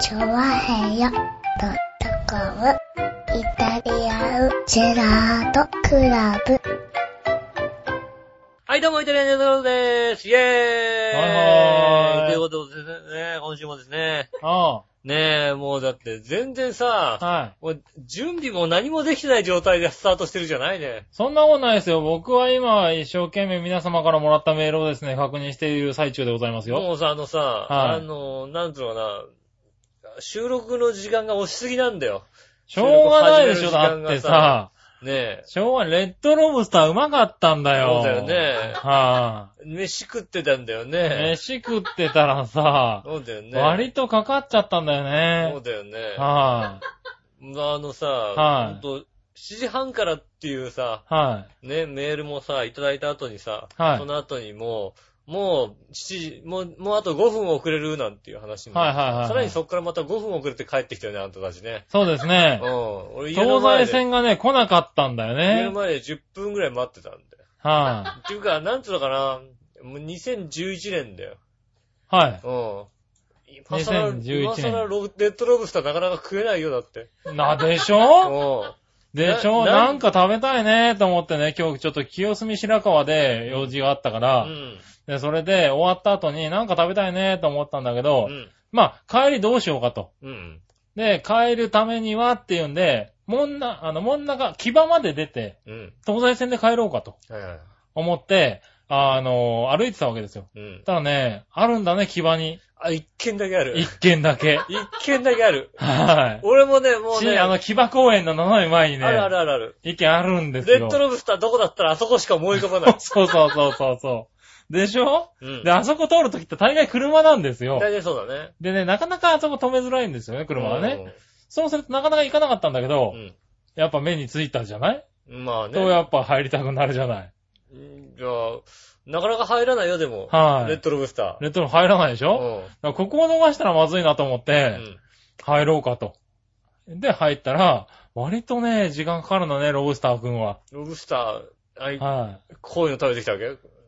チョワヘヨドットコムイタリアンジェラートクラブ。はい、どうも、イタリアンジェラートでーす。イェーイはいはーいということでですね、今週もですね、あねえ、もうだって全然さ、あ、はい。もう準備も何もできてない状態でスタートしてるじゃないね。そんなことないですよ。僕は今、一生懸命皆様からもらったメールをですね、確認している最中でございますよ。もうさ、あのさ、はいあの、なんつうのかな、収録の時間が押しすぎなんだよ。しょうがないでしょ、収録始だめる時間っがてさ、ねえ。しょうがない。レッドロブスターうまかったんだそよ。うだよねは飯食ってたんだよい、ね。飯食ってたらさ、そうだよね。割とかかっちゃったんだよそうね。だよね。はあのさ、はいほんと、7時半からっていうさ、い、はね、メールもさ、いただいた後にさ、はいその後にもう、もう、7時、もう、もうあと5分遅れるなんていう話い。も。はいはいはいはい。さらにそっからまた5分遅れて帰ってきたよね、あんたたちね。そうですうねん。。俺家の東前西で、線がね、来なかったんだよ家ねの。前で10分ぐらい待ってたんだよ。はっていうか、なんつうのかな、もう2011年だよ。い。はい。うん。今更、 2011年今更ロレッドロブスターなかなか食えないよ、だって。な、でしうょん。でしょななんか食べたいねと思ってね、今日ちょっと清澄白河で用事があったかうら、ん。で、それで終わった後になんか食べたいねと思ったんだけど、うん。まあ、帰りどうしようかと。うん。で、帰るためにはっていうんで、もんな、あの、もんなか、木場まで出て、うん。東西線で帰ろうかとはいはい。思って、あの、歩いてたわけですよ。うん。ただね、あるんだね、木場に。あ、一軒だけある。一軒だけ。 一軒だけある。は 俺もね、もい。うしね、あの、木場公園の斜め前にね、あるあるあるある。一軒あるんですレよ。ッドロブスターどこだったらあそこしか思い浮かば ない。そうそうそうそうそう。でしょうん。で、大あそこ通るときって大概車なんですよ。体そうだね。でね、なかなかあそこ止めづらいんですよね、車はね。そうするとなかなか行かなかったんだけど、うん。やっぱ目についたじゃないうん。まあと、ね。やっぱ入りたくなるじゃない。うんじゃあ、なかなか入らないよ、でも。はいレッドロブスター。レッドル入らないでしうょ、んだからここを逃したらまずいなと思っうて、ん。入ろうかと。で、入ったら、割とね、時間かかるのね、ロブスター君は。ロブスター、あい、はい。こういうの食べてきたわけ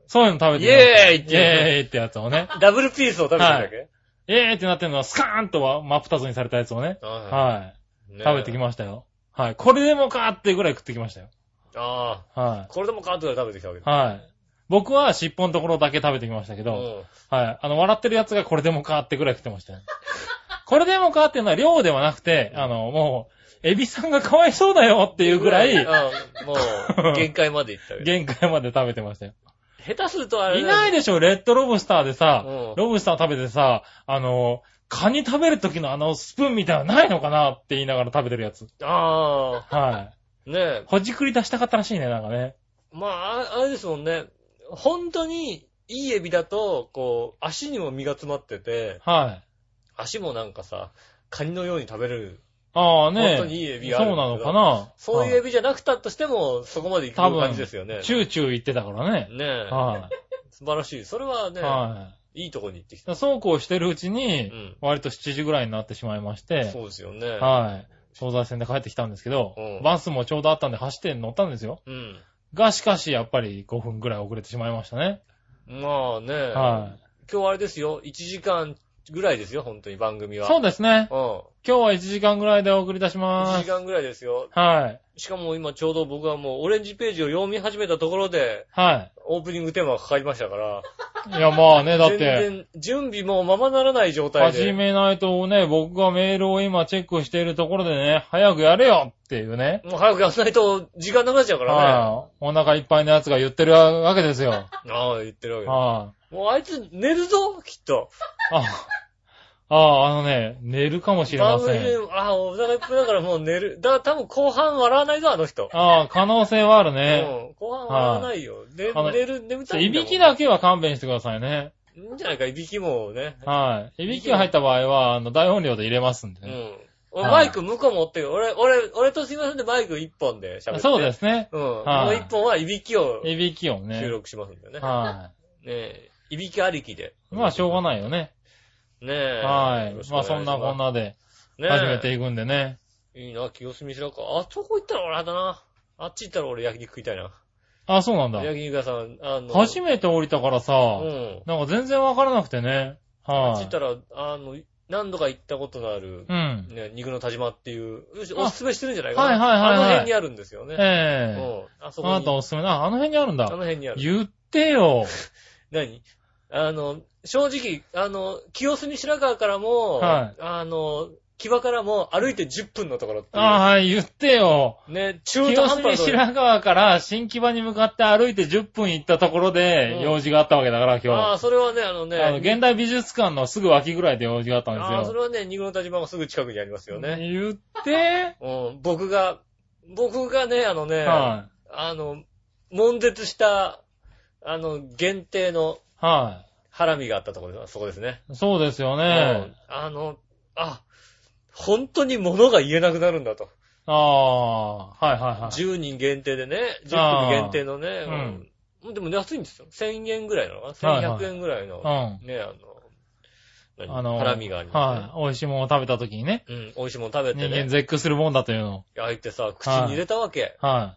そういうの食べてイエーイっってて。やつイエーイってやつをね。ダブルピースを食べてきたわけイエーイってなってるのは、スカーンとは真っ二つにされたやつをね。ははい。い。食べてきまましたよ。はい。これでもかってぐらい食ってきましたよ。す。あはあ。これでもかってから食べてきたわけい。はい。僕は尻尾のところだけ食べてきましたけど、うん。はい。あの、笑ってるやつがこれでもかってぐらい食ってましたよ。 これでもかっていうのは量ではなくて、あの、もう、エビさんがかわいそうだよっていうぐらい、うんもう、限界まで行ったわけ。 限界まで食べてましたよ。下手するとあれいないででしょ、レッドロブスターでさうん、ロブスター食べてさ、あの、カニ食べる時のあのスプーンみたいなのないのかなって言いながら食べてるやつ。あはあ。ねえい。。ほじくり出したかったらしいね、なんかね。まあ、ああれですもんね。本当に、いいエビだと、こう、足にも身が詰まってて、はい。足もなんかさ、カニのように食べれる。ああね。本当にいいエビがあるんそだうけどなのかなそういうエビ。ビじゃなくたとしても、そこまでいく多分感じですよね。チューチュー言ってたからね。ねえ。は。素晴らしい。それはいね、はいいとこに行ってきい。た。そうこうしてるうちうに、ん。割と7時ぐらいになってしまいまして、そうですよね。はい。東西線で帰ってきたんですけどうん、バスもちょうどあったんで走って乗ったんですよ。うん。が、しかし、やっぱり5分ぐらい遅れてしまいましたね。まあね、は今日あれですよ、1時間ぐらいですよ、本当に番組い。は。そうですね。う今日は1時間ぐらいでお送りいたしん。1ま時す。間ぐらいですよ。はい。しかも今ちょうど僕はもうオレンジページを読み始めたところで、はオープニングテーマがかかりましたから、い。いや、まあね、だっ全て、然準備もままならない状態で。始めないとね、僕がメールを今チェックしているところでね、早くやれよっていうね。もう早くやらないと時間なくなっちゃうからね。はい。お腹いっぱいのやつが言ってるわ けですよ。はい。ああ、言ってるわあけ。もうあいつ寝るぞ、きっと。あ、あのね、寝るかもしれま番せ組でん。、ああ、お腹いっぱいだからもう寝る。だから多分後半笑わないぞ、あの人。ああ、可能性はあるね。うん後半笑わないよ。寝あの寝る、眠たいいんだもん。びきだけは勘弁してくださいね。いいんじゃないか、いびきもね。はい。いびきが入った場合は、あの、大音量で入れますんでうね。ん。俺、はいマイク向こう持ってる。俺、俺、俺とすいませんでマイク一本で喋って。。そうですすね。うん。もはうい一本はいびきをいびきを収ね。録しますんでね。はねえ、いびきありきで。い。まあ、しょうがい。ないよね。ねえ。はよろしい。くおま願あ、そんなこいんしなでます、始めねていくんでね。えいいな、清澄白河。あそこ行ったら俺あれだな。あっち行ったら俺焼肉食いたいな。あ、そうなんだ。焼肉屋さん、あの、初めて降りたからさう、ん。なんか全然わからなくてね。あっはち行いった。ら、あの、何度か行ったことのある、うん。ね、肉の田島っていう、あおすすめしてるんじゃないかな。はいはいはいはいあの辺にあるんですよね。ええうんあそこあに。なたおすすめな。ああの辺にあるんあのだ。辺にある。言ってよ。何あの、正直、あの、清澄白河からも、はあの、木場からも歩いて10分のところっていう。ああ、はい、言ってよ。ね、中途清半端なと澄ころ白川から新木場に向かって歩いて10分行ったところうんで用事があったわけだからあ今あ、それはね、あのね、日。あの、現代美術館のすぐ脇ぐらいで用事があったああ、んそでれはね、肉の田島がすぐ近くにありますすよよ。ね。言って。うん、僕が、僕がね、あのね、はあの、悶絶した、あの、限定のい。はハラミがあったところです、そこですね。い。そうですうよねん。あの、あ、本当に物が言えなくなるんだと。ああ、はいはいはい。 10人限定でね、10あー組限定のね、うんでも安いんですよ。1000円ぐらいなのかはいなはい ?1100 円ぐらいの、うね、あの、何ん。あの、ハラミがありますねはい。美味しいものを食べた時にね、うん、美味しいもの食べて人間ね、絶句するもんだというのを。焼いてさ、口に入れたわけ。は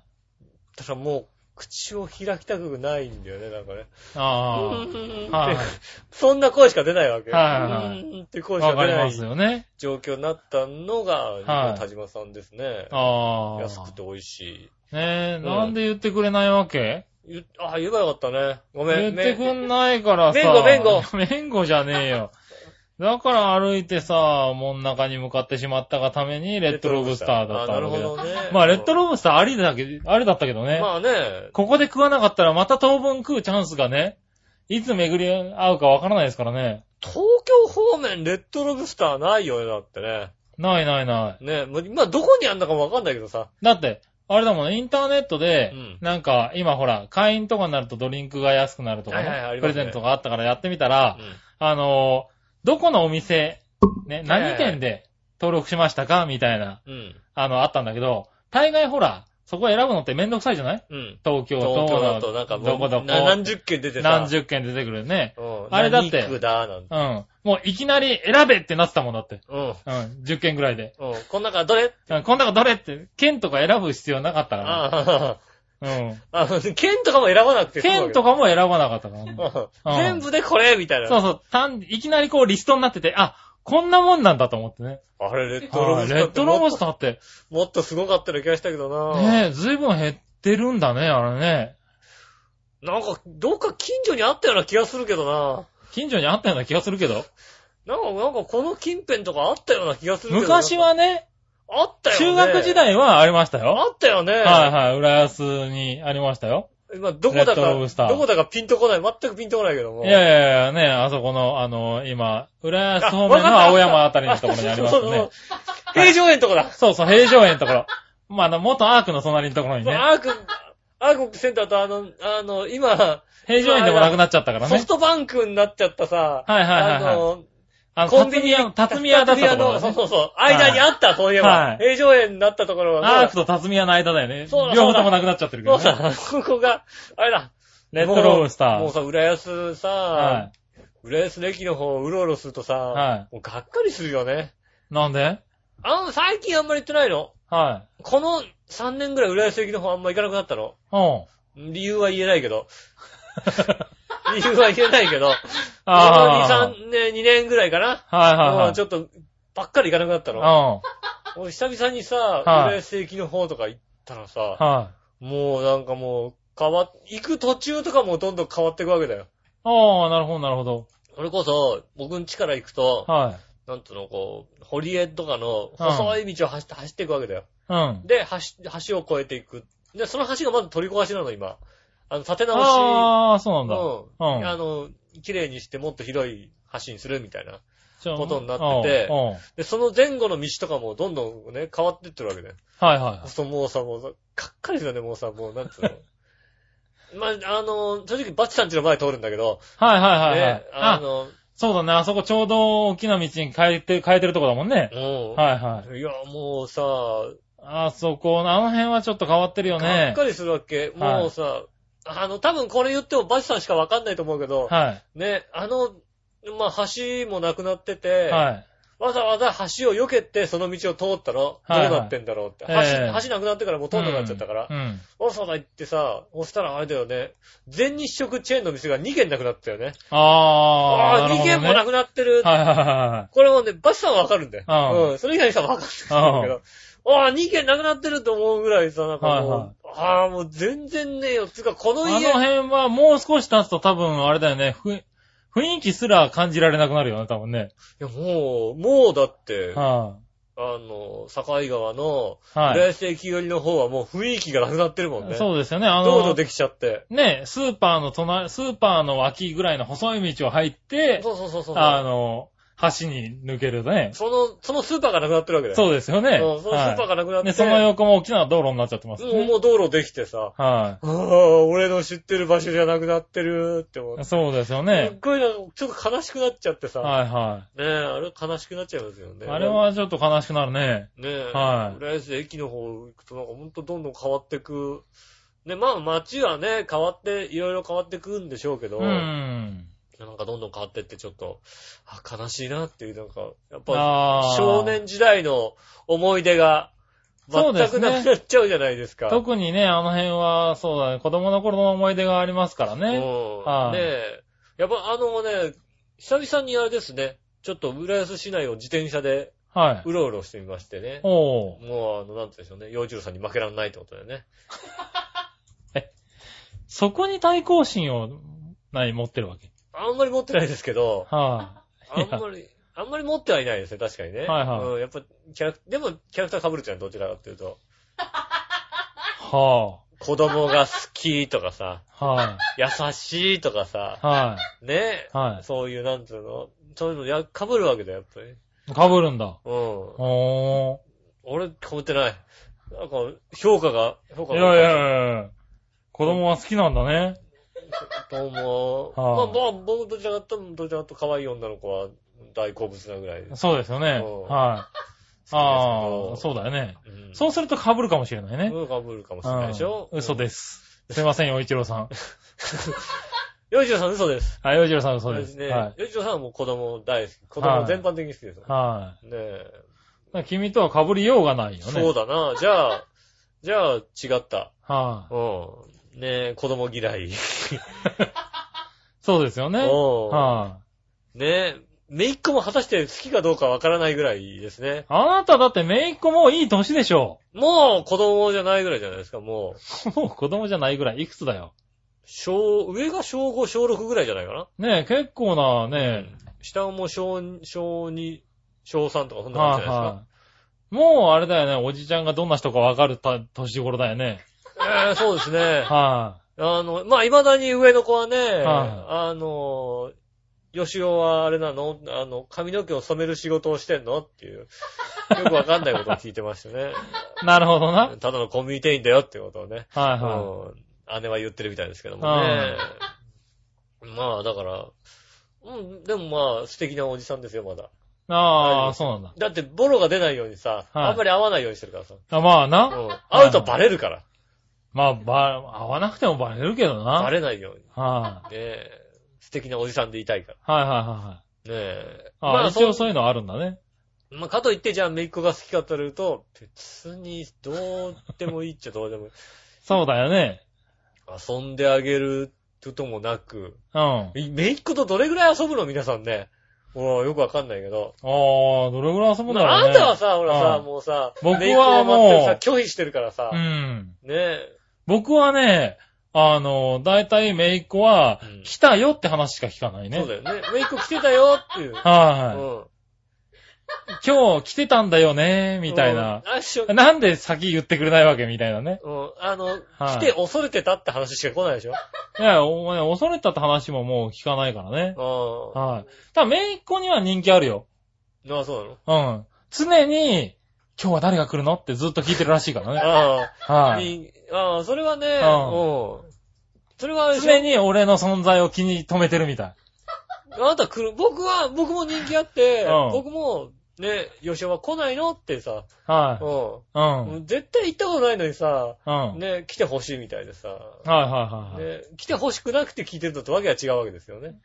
い。ただもう、口を開きたくないんだよね、なんかね。あうーんってあ。はい。 そんな声しか出ないわけ。はいはいはいうーんって声しわかか出りなますいよね。状況になったのが、はい田島さんですね。ああ。安くて美味しい。ねえ、んなんで言ってくれないわけゆあ、言えばよかったね。ごめ言っん、めてくんないからさ。めんごめんご。 めんごじゃねえよ。だから歩いてさ、門中に向かってしまったがために、レッドロブスターだったあなるわほけだ。どね。まあ、レッドロブスターありだけ、ありだったけどね。まあね、ここで食わなかったらまた当分食うチャンスがね、いつ巡り合うかわからないですからね。東京方面レッドロブスターないよね、だってね。ないないなね、もう今どこにあんだかわかんないけどさ。い。だって、あれだもんね、インターネットでうん、なんか、今ほら、会員とかになるとドリンクが安くなるとかはいはいはいあね、りまプレすねゼントとかあったからやってみたら、うんあのーどこのお店、ね、はいはい何店で登録しましたかみたいな、うん。あの、あったんだけど、大概ほら、そこ選ぶのってめんどくさいじゃないうん。東京東京だとなんかどもこう、どこ、な何十件出てさ。何十件出てくるね。うん。あれだって何区だ、なんて。うん。もういきなり選べってなってたもんだって。うん。うん、10件ぐらいで。うん。この中どれうん、こん中どれって、県とか選ぶ必要なかったかあら。うん。あ、あの、 剣とかも選ばなくて済むわ県けとかも選ばなかったからね。うんうん全部でこれみたいな。そうそう、単いきなりこうリストになってて、あ、こんなもんなんだと思ってね。あれ、レッドロはブいスタレーッドロブスタターって、ーもっとすごかったような気がしたけどな。ねえ、ずいぶん減ってるんだね、あれね。なんか、どっか近所にあったような気がするけどな。近所にあったような気がするけど。なんか、なんかこの近辺とかあったような気がするけどな。昔はね、あったよね。中学時代はありましたよ。あったよね。はいはい、浦安にありましたよ。今、どこだレッドロブスタか、ーどこだかピンとこない。全くピンとこないけども。いやいやいや、ね、あそこの、あの、今、浦安方面わかっのた青山あたりのところにあります そうそうそうね。平常園とこだ。そうそう、平常園のところ。まあ、あの、元アークの隣のところにね。アーク、アークセンターとあの、あの、今、平常園でもなくなっちゃったからソフね。トバンクになっちゃったさ、はいはいはいはいあの、あの、コンビ辰ニ宮の、辰宮だったとこ辰巳屋のろそうね。そうそう。間にあった、そういえばは。い平常園になったところアーはク。と辰宮の間だよね。そうだ両方ともなくなっちゃってるけそどうね。だ、ここが、あれだ。レッドロブスターもうもうさ、浦安はさ、浦安の駅の方をうろうろするとはさ、もうがっかりするよね。い。なんであん、最近あんまり行ってないのはい。この3年ぐらい浦安駅の方あんま行かなくなったのうん。理由は言えない けど。理由は言えないけど。あこの2、3年、2年ぐらいかなあ。はいはいもはうい。ちょっと、ばっかり行かなくなったの。う俺久々にさ、い浦安駅の方とか行ったらさ、ん。はい。もうなんかもう、変わっ、行く途中とかもどんどん変わっていくわけだよ。ああ、なるほど、なるほど。それこそ、僕ん家から行くと、はい。なんつうの、こう、堀江とかの細い道を走って、走っていくわけだよ。うん。あで、橋、橋を越えていく。で、その橋がまず取り壊しなの、今。あの、立て直しあー、そうなんだ。を、うんあの、綺麗にしてもっと広い橋にするみたいな。ちょことになっててうんうんで、その前後の道とかもどんどんね、変わってってるわけだよ。はいはそう、もうさ、もうさ、かっかりするよね、もうさ、もう、なんつうの。 まあ、あの、正直、バチさんちの前通るんだけど、い。はいはいはいはねい、。ああ、の、そうだね。あそこちょうど大きな道に変えて、変えてるとこだもんね。もはいはい。う、いや、もうさ、あそこ、あの辺はちょっと変わってるよがっね。かりするわけ。もうさ、あの、多分これ言ってもバチさんしかわかんないと思うけど、はね、あの、まあ、橋もなくなってて、い。はい。わざわざ橋を避けてその道を通ったろどうはいはいなってんだろうって。橋、ええ橋なくなってからもう通んなくなっちゃったからう。ん。わざわざ行ってさ、そしたらあれだよね、全日食チェーンの店が2軒なくなったよね。あー。ああ、2軒もなくくなってる。はいはいはいはい。これもね、バスさんはわかるんだよ。うんうん。それ以外の人はわかんないんだけど。ああ、2軒なくなってると思うぐらいさ、なんかもう、はいはああ、もう全然ねえよ。つうか、このあの家、辺はもう少し経つと多分あれだよね、ふ雰囲気すら感じられなくなるよね、多分ね。いや、もう、もうだって、あはの、境川の、い。は浦い。安駅寄りの方はもう雰囲気がなくなってるもんね。そうですよね。あ道路の、できちゃって。ね、スーパーの隣、スーパーの脇ぐらいの細い道を入って、そうそうそうそう。あの、橋に抜けるね。その、そのスーパーがなくなってるわけだよ。そうですよね。うんそのスーパーはがなくなっい。て、で、その横も大きな道路になっちゃってますもうね。もう道路できてさ、はああ、俺の知ってる場所じゃなくなってるって思っい。て。そうですよすっね。ごいなんかちょっと悲しくなっちゃってさ、はいはねえ、あれ悲しくなっちゃいますよね。い。あれはちょっと悲しくなるね。ねえ、はい浦安駅の方行くとなんかほんとどんどん変わってく。ね、まあ街はね、変わって、いろいろ変わってくんでしょうけど、うん。なんかどんどん変わってってちょっと、あ悲しいなっていう、なんか、やっぱあー少年時代の思い出がそ全うでくすねなくなっちゃうじゃないですか。特にね、あの辺は、そうだね、子供の頃の思い出がありますからね。うん。はねいえ。やっぱあのね、久々にあれですね、ちょっと浦安市内を自転車ではうろうろしてみましてねい。。おー。もうあの、なんて言うんでしょうね、洋一郎さんに負けらんないってことだよね。そこに対抗心を、何、持ってるわけ。あんまり持ってないですけど、はあんまり、あんまり持ってはいないですね、確かにね。はいはいうん、やっぱ、キャラクでもキャラクター被るじゃん、どちらかっていうと。い。は子供が好きとかさ、ぁ。は優しいとかい。さ、はねえい。。はそういう、なんていうのそういうのや、被るわけだよ、やっぱり。い。かぶるんだ。うん。おー。俺、被ってない。なんか、評価が、評価いが。やいやいやいや子供は好きなんだね。どうも。まあはあ、まあ、僕どちらかと、どちらかと可愛い女の子は大好物なぐらいです。そうですようね。んはい。ああ、そうだよね。うん。そうすると被るかもしれないね。うん被るかもしれないでしょうん嘘す。です。すいません、洋一郎さん。よいしろさん嘘です。はい、洋一郎さん嘘です。ね。はよいしろさんはもう子供大好き。子供全般的に好きですよ。い。はねえ。い。だから君とは被りようがないよね。そうだな。じゃあ、じゃあ、違った。はい。うん。ねえ、子供嫌い。そうですよね。おうはい。ねえ、めいっ子も果たして好きかどうかわからないぐらいですね。あなただって姪っ子もういい年でしょもう子供じゃないぐらいじゃないですか、もう。もう 子供じゃないぐらいいくつだよ。小、上が小5、小6ぐらいじゃないかな。ねえ、結構なね、下はもう小、小2、小3とかそんな感はじいじゃないはい。もうあれだよね、おじちゃんがどんな人かわかるた年頃だよでね。すか。えーそうですね。はあの、まあ、未だに上の子はね、はあの、吉尾はあれなのあの、髪の毛を染める仕事をしてんのっていう、よくわかんないことを聞いてましたね。い。なるほどな。ただのコンビニ店員だよってことをね。はいはうん姉は言ってるみたいですけどもねは。まあ、だから、うん、でもまあ、素敵なおじさんですよ、まだ。い。あはあ、いそうなんだ。だって、ボロが出ないようにさ、はいあんまり合わないようにしてるからさ。あまあうな。ん。会うとバレるから。まあ、ば、会わなくてもバレるけどな。バレないように。ねはえ。素敵なおじさんでいたいから。い。はいはいはいはい。ねえ。あ、まあ、一そ応う、そういうのあるんだね。まあ、かといって、じゃあ、めいっ子が好きかと言われると、別に、どうでもいいっちゃどうでもい い。そうだよね。遊んであげることもなく、うん。めいっ子とどれぐらい遊ぶの皆さんね。もうよくわかんないけど。ああ、どれぐらい遊ぶんだろうね。あんたはさ、ほらさ、うんもうさ、僕は姪っ子が待ってるさ拒否してるからさ、うねん。え。僕はね、あの、だいたいめいっ子はうん、来たよって話しか聞かないね。そうだよね。めいっ子来てたよっていう。はうんい。今日来てたんだよね、みたいな。うんあ、しょ、うん、なんで先言ってくれないわけみたいなね。あの、はい来て恐れてたって話しか来ないでしょいや、お前、恐れたって話ももう聞かないからね。うはい。ただ、めいっ子には人気あるよ。ん。ああ、そうなのうん。常に、今日は誰が来るのってずっと聞いてるらしいからね。ああ、はい。みああ、それはね、うんん。それはあれでしょ常に俺の存在を気に留めてるみたあなた来る、僕は、僕も人気あって、うん僕も、ね、吉尾は来ないのってさ、い。はうい。うん。うん。ん。絶対行ったことないのにさ、はいね、来てほしいみたいでさ、はいはいはい。ね、来てほしくなくて聞いてるのとわけが違うわけですよね。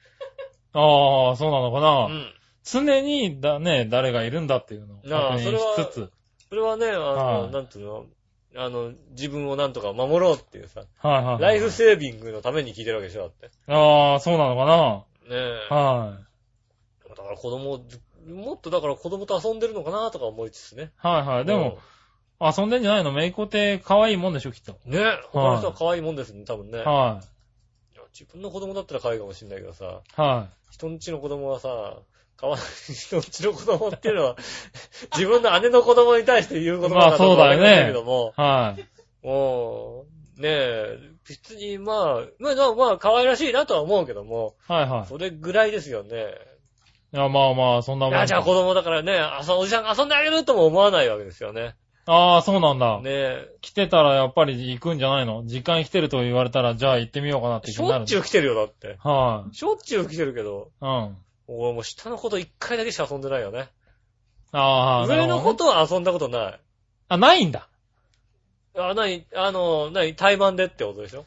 ああ、そうなのかうな。ん。常に、だね、誰がいるんだっていうのをなあ確それ認はしつつ、それはね、あはの、いなんていうのあの、自分をなんとか守ろうっていうさ、はいはい。ライフセービングのために聞いてるわけでしょ、だって。ねああ、そうなのかえ。なはい。だから子供、もっとだから子供と遊んでるのかなとか思いつつね。はいはい。でも、遊んでんじゃないのめいこって可愛いもんでしょ、きっと。うん、ねえ、他の人は可愛いもんですね、多分ね。はいや自分の子供だったら可愛いかもしれないけどさ、い。は人んちの子供はさ、可愛い人んちの子供っていう のは、自分の姉の子供に対して言う言葉まだあとそう思うだよんねだけども、い。はい。うん。ねえ、別にまあ、まあまあ、まあ、可愛らしいなとは思うけども、はいはい。それぐらいですよね。いや、まあまあ、そんなもんいやじゃあ子供だからね、朝おじさんが遊んであげるとも思わないわけですよね。ああ、そうなんだ。ねえ、来てたらやっぱり行くんじゃないの時間来てると言われたら、じゃあ行ってみようかなってし気になょる。っちゅう。う来てるよ、だって。はしょっちゅう来てるけど、い。うん。あ俺もう下の子と一回だけしか遊んでないよね。あ、なる上ほどのね子とは遊んだことない。あ、ないんだ。 あ、なに、あの、なに、怠慢でってことでしょ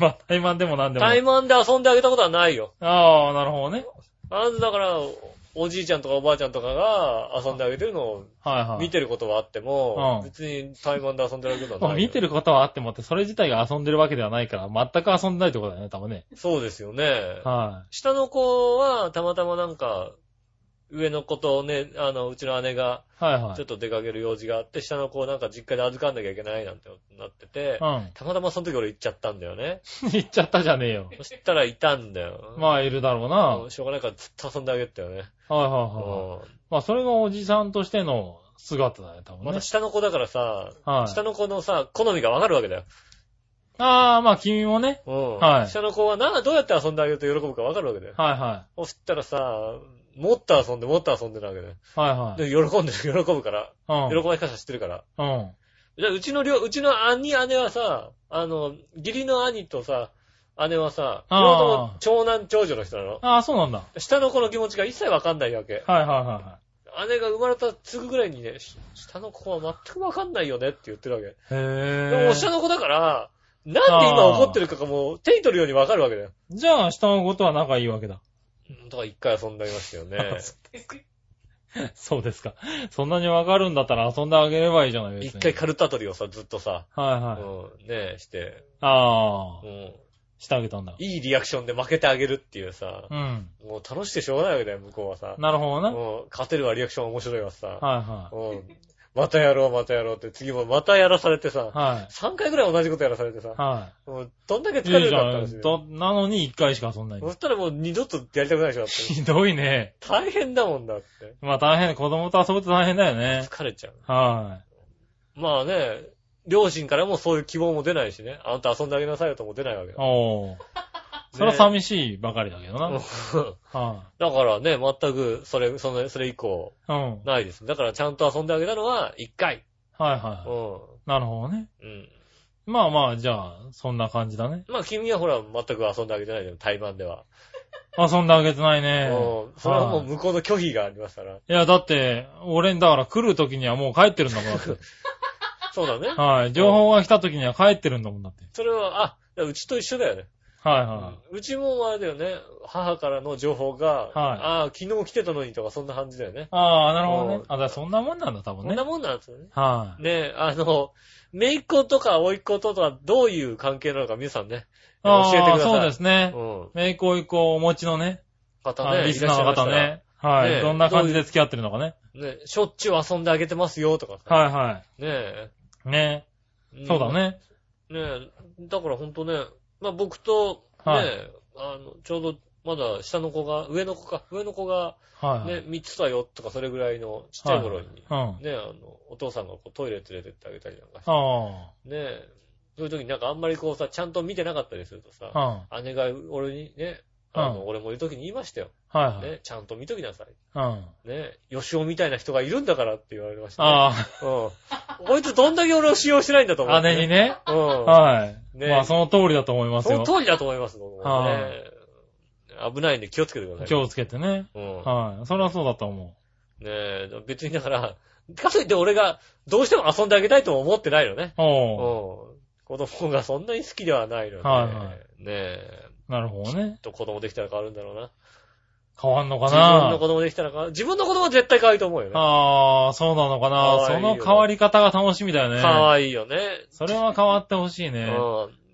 まあ、怠慢でも何でもない。怠慢で遊んであげたことはないよ。ああ、なるほどね。あんだから、おじいちゃんとかおばあちゃんとかが遊んであげてるのをはいはい。見てることはあっても、うん別に怠慢で遊んであげることまはあないよ。見てることはあってもって、それ自体が遊んでるわけではないから、全く遊んでないってことだよね、多分ね。そうですよね。は下の子は、たまたまなんか、上の子とね、あの、うちの姉が、い。はいはちょっと出かける用事があって、下の子をなんか実家で預かんなきゃいけないなんてなってて、い。たまたまその時俺行っちゃったんだよね。うん。 行っちゃったじゃねえよ。そしたらいたんだよ。まあ、いるだろうな。もうしょうがないからずっと遊んであげてたよね。はいはいはい。うまあ、それがおじさんとしての姿だね、多ん。分まねた。下の子だからさ、はい。下の子のさ、好みがわかるわけだよ。ああ、まあ、君もね。うん。はい下の子はな、どうやって遊んであげると喜ぶかわかるわけだよ。はいはそしたらさ、もっと遊んで、もっと遊んでるわけだよ。い。はいで、喜んでる、 喜ぶから。はい。喜うん。ばれ方知ってるから。うん。じゃあうちの両、うちの兄、姉はさ、あの、義理の兄とさ、姉はさ、両あー方とも長男長女の人なの。ああ、そうなんだ。下の子の気持ちが一切わかんないわけ。はいはいは姉が生まれたすぐぐらいにね、し下の子は全くわかんないよねって言ってるわけ。いはでい。へもえ。下の子だから、なんで今怒ってるかがもう手に取るようにわかるわけだよ。じゃあ、下の子とは仲いいわけだ。 うんだから一回遊んでありましたよね。そうですか。そんなにわかるんだったら遊んであげればいいじゃないです一か。回カルタ取りをさ、ずっとさ、はいうんはい。ねえ、して、ああう、んしてあげたんだ。いいリアクションで負けてあげるっていうさ、うん。もう楽しくてしょうがないわけだよ、向こうはさ。なるほどな。はいうん勝てるわ、リアクション面白いわさ。はうんまたやろう、またやろうって、次もまたやらされてい。さ、は3回ぐらい同じことやらされてさい。、はうんどんだけい。疲いれいるじかってゃ話ん。だよどなのに一回しか遊んないんだそしたらもう二度とやりたくないでしょ、だって。 ひどいね。大変だもんだって。まあ大変、子供と遊ぶと大変だよね。疲れちゃう。はまあね、両親からもそういう希望も出ないしね、あんた遊んであげなさいよとも出ないわけい。だ。おー。それは寂しいばかりだけどな。はうい、んだからね、全くそれ、そのそれ以降、うん。はいないです。だからちゃんと遊んであげたのは1回。うん。はい。なるほどね。うん。まあまあ、じゃあ、そんな感じだね。まあ君はほら、全く遊んであげてないじゃん、対バンでは。遊んであげてないうね。ん。それはもうはい向こうの拒否がありますから。いや、だって、俺、だから来る時にはもう帰ってるんだもん、だ って。そうだ ね。はい。情報が来た時には帰ってるんだもん、だって。それは、あ、だからうちと一緒だよね。はいはうちもあれだよね、母からの情報が、ああ、昨日来てたのにとかそんな感じだよね。い。ああ、なるほどうねん。あ、だからそんなもんなんだ、多こ分んねな。もんなんですよね。はねえ、あの、姪っ子とか甥っ子とかどういう関係なのか皆さんね、い。教えてください。ああそうですねう。ん。名行以降お持ちのね、方あのね、リスナーいの方らっしゃいまね。はねい。どんな感じで付き合ってるのかね。したら。ね、しょっちゅう遊んであげてますよとかさ。はいはねえ。い。ね。んそうだ。ね。ねえ、だからほんとね、まあ僕と、ねはいえ、あの、ちょうど、まだ下の子が、上の子か、上の子が、はいはい。ね、3つだよとかそれぐらいのちっちゃい頃に、うん。あね、あの、お父さんがこうトイレ連れてってあげたりなんかして、あ。ねえ、そういう時になんかあんまりこうさ、ちゃんと見てなかったりするとさうん。、は姉が俺にね、あの、俺もいる時に言いましたよ。いはい。ね、ちゃんと見ときなさい。うん。あね、吉尾みたいな人がいるんだからって言われました、ね。あうん。こいつどんだけ俺を使用してないんだと思ー。う、姉に。ね。うん。はい。ねまあその通りだと思いますそのよ。通りだと思います、僕もはね。危ないんで気をつけてください。気をつけてね。うん。はい。それはそうだと思ねえ、別にだから、かといって俺がどうしても遊んであげたいとも思ってないのね。う。うん。お子供がそんなに好きではないので。はいはねいえ、う。なるほどね。と子供できたら変わるんだろうな。変わんのか自分なの子供できたらか、自分の子供は絶対可愛いと思うよね。ああ、そうなのかな可愛そいよの変わり方が楽しみだよね。可愛いよね。それは変わってほしいうんね。。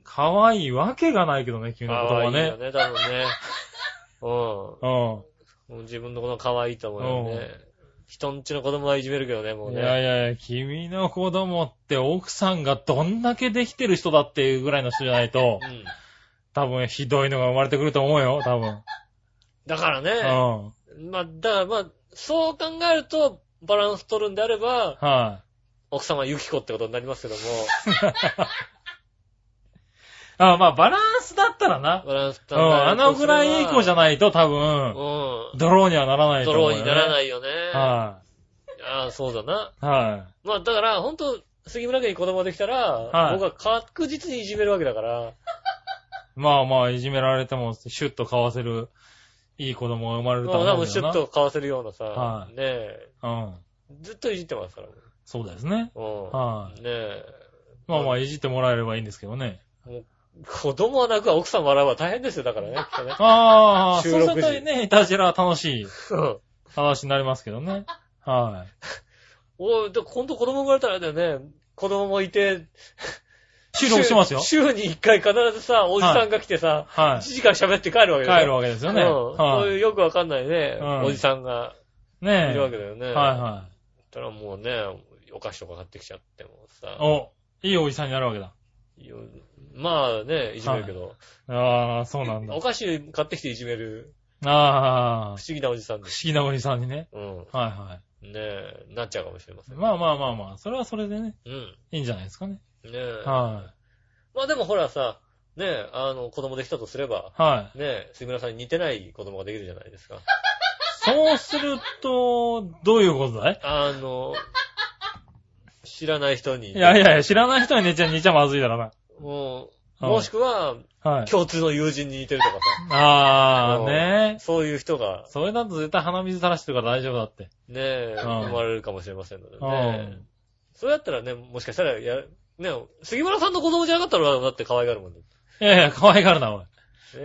可愛いわけがないけどね、君の言可愛葉いよね。ね、多分ね。うん。もう自分の子供可愛いと思うよね。人んちの子供はいじめるけどね、もう。うんいね。やいやいや、君の子供って奥さんがどんだけできてる人だっていうぐらいの人じゃな いとう、ん。多分ひどいのが生まれてくると思うよ、多分。だからね、うん。まあ、だからまあ、そう考えると、バランス取るんであれば、はい。奥様はユキコってことになります けども、あまあ、バランスだったらな。バランスう取ん。あのぐらいいい子じゃない。ないと多う分、ん。ドローにはならないとド思ロう、。ーにならないいよね。はああ、そうだな。い。はまあだから、ほんと、杉村家に子供ができたら、はい僕は確実にいじめるわけだから、い。まあまあ、いじめられても、シュッと買わせる、いい子供が生まれるとま思うあんだ多よな。分シュッと買わせるようなさ、はねいえ、うん。ずっといじってますから。そうですね。うはん。ねえ。い。まあまあ、いじってもらえればいいんですけどね。子供は泣くわ、奥さん笑うわ、大変ですよ、だからね、きっと ね。ああ、収そう録す時るとね、いたじらは楽しいうん話になりますけどね。 はい。おい、でほんと子供生まれたらあれだよね、子供もいて、収録しますよ。週週に一回必ずさ、おじさんが来てさ、は1時間喋って帰るわい。けだ帰よるわけですよね。うん。そうはいうよくわかんないねう、んおじさんがい。いねえ。るわはけだよね。いはったらもうね、お菓子とか買ってきちゃってもい。さ、お、いいおじさんになるわけだ。よまあね、いじめるけど、ああ、そうなんだお。菓子買ってきていじめる不ああ、思議なおじさんで不す。思議なおじさんにね。うん。はいはねえ、なっちゃうかもしれませい。ん。まあまあまあまあ、それはそれでね、うん。いいんじゃないですかね。ねえ。はまあでもほらさ、ねえ、あの、子供できたとすれば、い。はい。ねえ、杉村さんに似てない子供ができるじゃないですか。そうすると、どういうことだいあの、知らない人に。いやいやいや、知らない人に寝ちゃ、寝ちゃまずいだろうな。もう、はいもしくは、はい。共通の友人に似てるとかあうあ、んねさ、そういう人がえ。それだと絶対鼻水垂らしてるから大丈夫だって。ねえ、うん生まれるかもしれませんのでうねん。それだったらね、もしかしたら、や、ね、杉村さんの子供じゃなかったら、だって可愛がるもんね。いやいや、可愛がるな、おい。ね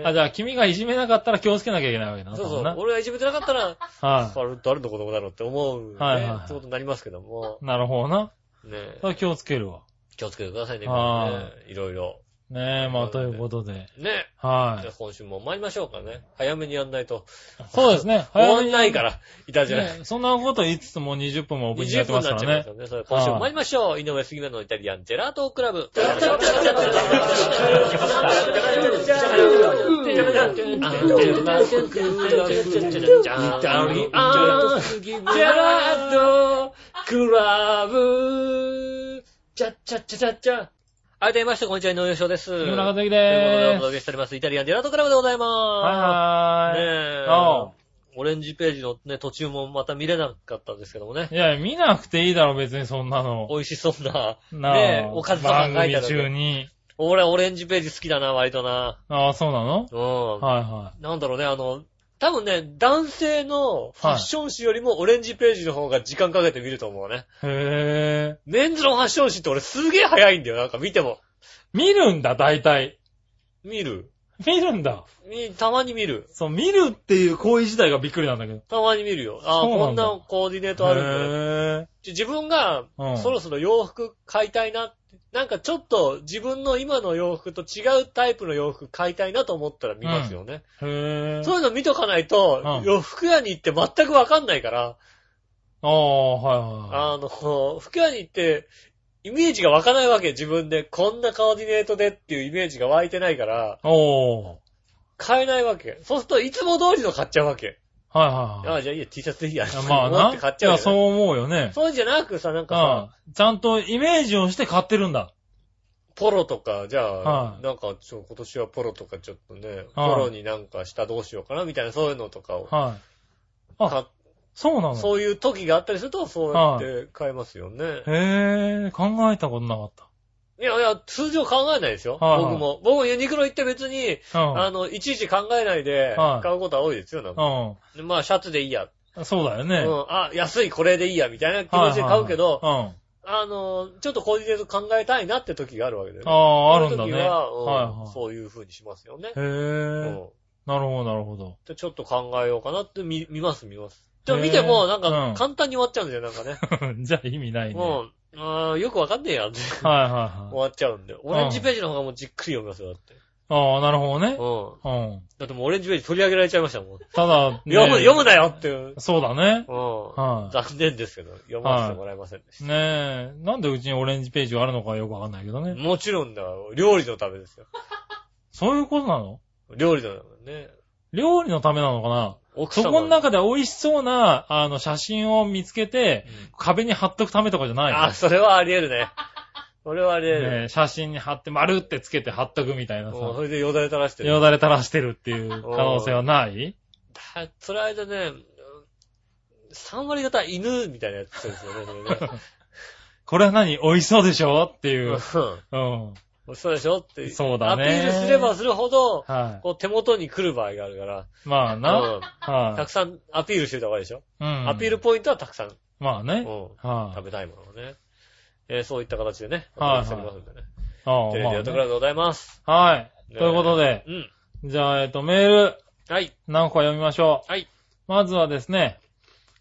あ、じゃあ君がいじめなかったら気をつけなきゃいけないわけだな。そうそ多分う。俺がいじめてなかったら、な。はあれ誰の子供だろうって思う、ね。はいはいはいってことになりますけども、い。なるほどな。ねえそれは気をつけるわ。気をつけてくださいね、は皆さんねいろいろ。ねえ、まあ、ということで。ねはじゃあい。今週も参りましょうかね。早めにやんないと。そうですね。終わんないいから、いたじゃない。そんなこと言いつつもう20分もオープニングや20っ分てまにすなかっちゃいらまねす。よね。それ今週も参りましょう。井上杉村のイタリアンジェラートクラブ。はい、どうもみなさんこんにちは、井上翔です。木村和之ということでおでーす。届けしております。イタリアンジェラートクラブでございまはす。いはねえい。あオレンジページのね、途中もまた見れなかったんですけどもねあ。いや、見なくていいだろ、別にそんなの。美味しそうな。なねえあおかずとか番書いてあ組る中に。俺はオレンジページ好きだな、割とな。ああ、そうなのうはいはい。ん。なんだろうね、あの、多分ね、男性のファッション誌よりもオレンジページの方が時間かけて見ると思うね。へえ。メンズのファッション誌って俺すげえ早いんだよ、なんか見ても。見るんだ、大体。見る。見るんだ。みたまに見る。そう、見るっていう行為自体がびっくりなんだけど。たまに見るよ。ああ、そうこなんんなだコーディネートあるんだよ。へち自分が、うんそろそろ洋服買いたいなって、なんかちょっと自分の今の洋服と違うタイプの洋服買いたいなと思ったら見ますよね。え。へえ。そういうの見とかないと、うん洋服屋に行って全くわかんないから、ああ、はいはい。あの、 服屋に行って、イメージが湧かないわけ、自分で。こんなコーディネートでっていうイメージが湧いてないから、おー。買えないわけ。そうすると、いつも通りの買っちゃうわけ。はいあはあ、じゃあいいや、T シャツでいいや。いはい。まあ持っな。て買っいちゃうよや、ね、そう思うよね。そうじゃなくさ、なんかあさ、あちゃんとイメージをして買ってるんだ。ポロとか、じゃあ、はいなんか、ちょ、今年はポロとかちょっとね、ポはいロになんかしたどうしようかな、みたいな、そういうのとかを。はい。あ買っそうなのそういう時があったりすると、そうやって買えますよね。へえ、考えたことなかっいやいや、通常考えないですよ。はいはい僕も。僕もユニクロ行って別に、た。うん。あの、いちいち考えないではい買うことは多いですよ、なんか。でまあ、シャツでいいや。うん。そうだようね。ん。あ、安いこれでいいや、みたいな気持ちで買うけど、はいはいはいあの、ちょっとコーディネート考えたいなって時があるわけだようん。ね。ああ、あるんだそね。の時は、うんはいはいそういう風にしますよね。へえ。うんなるほど、なる ほど。でちょっと考えようかなって見、見ます、見ます。でも見ても、へーなんうかん、簡単に終わっちゃうんだよ、なんかね。じゃあ意味 ないね。もう、あーよくわかんねえやって。 終はいはいはい。わっちゃうんで。オレンジページの方がもうじっくり読みますよ、だって。ああ、なるほどね。うん。うん。だってもうオレンジページ取り上げられちゃいましたもん。ただ、ね読む、読むなよっていう。そうだね。うはん。 残念ですけど、読ませてもらえませんでしい。ねえ。なんでうちにオレンジページがあるのかよくわかんないけどた。ね。もちろんだ、料理のためですよ。そういうことなの料理のためね。料理のためなのかな奥そ様。この中で美味しそうな、あの、写真を見つけて、壁に貼っとくためとかじゃないのあ、それはあり得る ね。それはあり得る。ね写真に貼って、丸ってつけて貼っとくみたいなさ。もうそれでよだれ垂らしてる。よだれ垂らしてるっていう可能性はないだそれあれだね、うん3割方犬みたいなやつですよね、それね。 これは何美味しそうでしょっていう。ううん。ん。そうでしょって。そうだねアピールすればするほど、はこう手元に来る場合があるから。い。まあな。うんはたくさんアピールしてた方がいいでしょ、い。うん。アピールポイントはたくさん、うん、まあね。食はい。べたいものをね。えーそういった形でね、はいはいお届けしておりますんでね。ああテレビでまあやねってくれでございます。はい。ねということで、うん。じゃあ、えっと、メール、はい。何個か読みましょう。はい。まずはですね、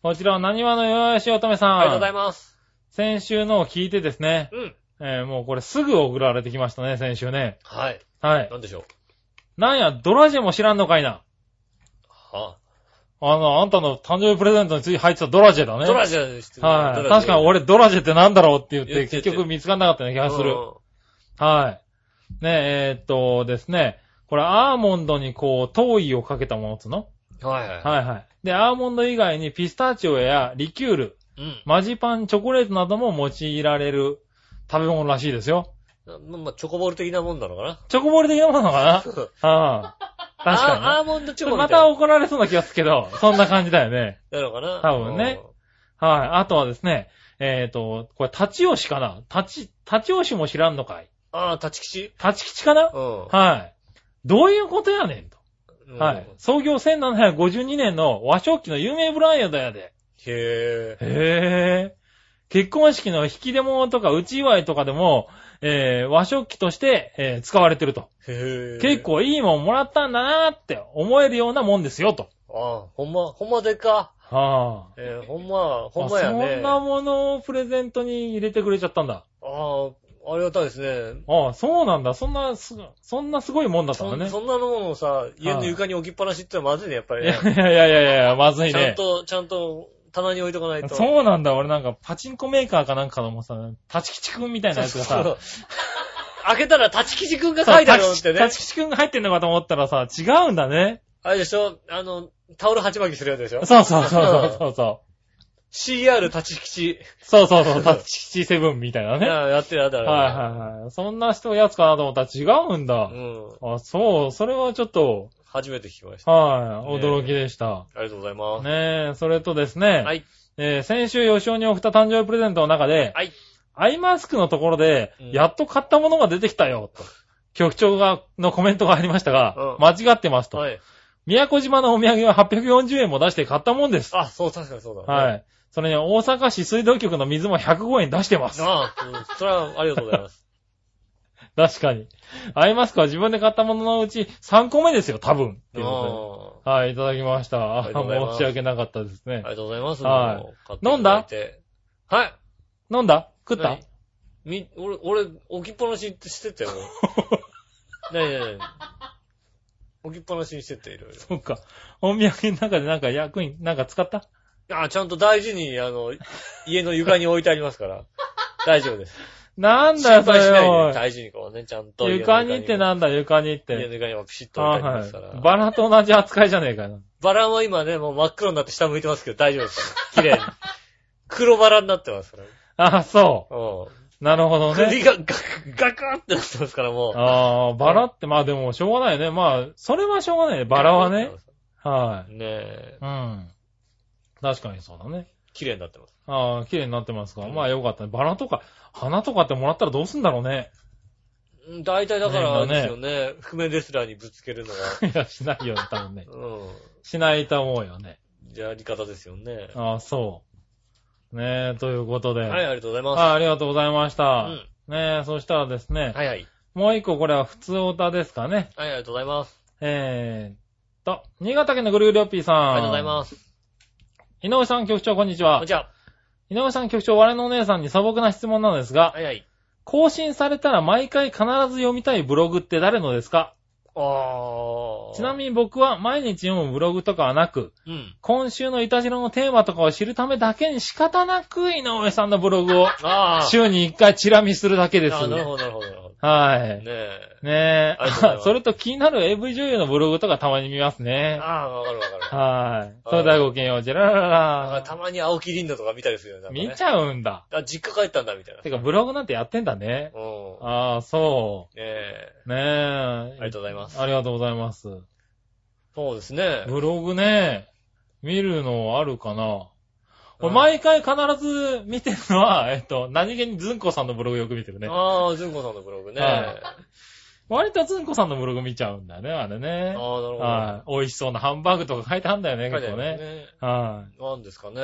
こちらは何話のよよしおとめさん。ありがとうございます。先週のを聞いてですね、うん。えーもうこれすぐ送られてきましたね、先週ね。はい。はい。なんでしょう。なんや、ドラジェも知らんのかいな。はあの、あんたの誕生日プレゼントについ入ってたドラジェだぁ、ね。ドラジャーしてはい。確かに俺ドラジェってなんだろうって言っ言って、てて結局見つかんなかったような気がする。はい。ねえ、えーっとですね。これアーモンドにこう、糖衣をかけたものっつうのる。はいはい。はいはい。で、アーモンド以外にピスタチオやリキュール、うん。マジパン、チョコレートなども用いられる食べ物らしいですよ。ま、まあ、チョコボール的なもんなのかなチョコボール的なものな のかなああ。確かにあなアーモンドチちョょ。コみたまいなた怒られそうな気がするけど、そんな感じだよね。なのかな多分ね。はい。あとはですね、えっ、と、これ、立ち押しかな立ち、立ち押しも知らんのかいうんああ、立ち吉立ち吉かなうん。はい。どういうことやねんと。うんはい。創業1752年の和食器の有名ブランドやで。へぇへぇー。結婚式の引き出物とか内祝いとかでも、えー、和食器として、えー使われてると。ー。へぇー。結。構いいもんもらったんだなーって思えるようなもんですよ、と。ああ、ほんま、ほんまでか。はぁ、えー、ほんま、ほんまやあそね。んなものをプレゼントに入れてくれちゃったんだ。ああ、ありがたいですね。ああ、そうなんだ。そんなす、そんなすごいもんだったそんだね。そんなのものをさ、家の床に置きっぱなしってのはまずいね、やっぱいりねや。 いやいやいやいや、まずいちゃんね。と、ちゃんと棚に置いとかないと。そうなんだ。俺なんか、パチンコメーカーかなんかのもさ、立ち吉くんみたいなやつがそさう、 開けたら、立ち吉くんがそう書いてあるのってね立。ち吉くんが入ってんのかと思ったらさ、違うんだね。あれでしょあの、タオル鉢巻きするやつでしょそうそうそうそうそうそう。 ?CR 立ち吉。そうそうそう、タッチ吉セブンみたいなあね。はいややってるやつだはいはい。そんな人やつかなと思ったら違うんだい。うん。あ、そう、それはちょっと、初めて聞きました。はい、ねえ驚きでした。ありがとうございます。ねえ、それとですね、はい。えー先週吉尾に送った誕生日プレゼントの中で、はいアイマスクのところで、うんやっと買ったものが出てきたよ、と。局長が、のコメントがありましたが、うん間違ってますと。はい。宮古島のお土産は840円も出して買ったもんです。あ、そう、確かにそうだ。。はいい。それに大阪市水道局の水も105円出してます。ああ、うんそれはありがとうござい ます。確かに。アイマスクは自分で買ったもののうち3個目ですよ、多分。あというこあ。とではい、いただきました。りがとうございます申し訳なかったですねあ。りがとうございます。はいもう買っていたいてはい。飲んだ食った何み、俺、俺、置きっぱなしってして たよ。ねえねえ。置きっぱなしにしてって、いろいそっか。お土産の中でなんか役に、なんか使ったろ。あ、ちゃんと大事に、あの、家の床に置いてあります から。大丈夫です。なんだ心よ、そ配しれないで、おい。大事にこうね、ちゃんと。床にってなんだ、床にっ家のて。床にはピシッと置いはいてありますかはら。い。バラと同じ扱いじゃねえかよ。バランは今ね、もう真っ黒になって下向いてますけど、大丈夫ですから。綺麗に。黒バラになってますから。あ、そうん。う。なるほどね。首がガク、ガクってなってますから、もう。ああ、バラって、まあでも、しょうがないね。まあ、それはしょうがないね。バラはね。。はねえい。。うん。確かにそうだね。綺麗になってます。ああ、綺麗になってますか。まあよかったね。バラとか、花とかってもらったらどうすんだろうね。 うん大体だから、あれですよね。覆面レスラーにぶつけるのが。いや、しないよね、多分ね。うしないと思うよね。ん。やり方ですよね。ああ、そう。ねえ、ということで。はい、ありがとうございます。はい、ありがとうございました。うんねえ、そしたらですね、はいはい。もう一個これは普通歌ですかね。はい、ありがとうございます。えと、新潟県のグルーリョッピーさん。ありがとうございます。す。井上さん局長、こんにちこんはに。ちは。井上さん局長、我のお姉さんに素朴な質問なんですが、はいはい。更新されたら毎回必ず読みたいブログって誰のですかあー。ちなみに僕は毎日読むブログとかはなく、に。うん。今週のいたじろのテーマとかを知るためだけに仕方なく井上さんのブログをあー。週に一回チラ見するだけです。あーなるはほど、なるほど、なるほど。い。ねえ。ねえありがとうございま。す それと気になる AV 女優のブログとかたまに見ますね。ああ、わかるわかる。はい。それではごきげんよう、ジェララなんかラたまに青木リンダとか見たりするよね。なんかね見ちゃうんだ。あ、実家帰ったんだ、みたいな。てか、ブログなんてやってんだね。うん。ああ、そねえ。う。ねえ。あありがとうございます。ありがとうございます。そうですね。ブログね、見るのあるかな。うん俺、毎回必ず見てるのは、え っと、何気にずんこさんのブログよく見てるね。ああ、ずんこさんのブログね。はあ割とずんこさんのブログ見ちゃうんだよね、あれあ、なねる。ほど。はい。美味しそうなハンバーグとか書いてあるんだよね、書い結てあ構りますね。ね。はなんですかね。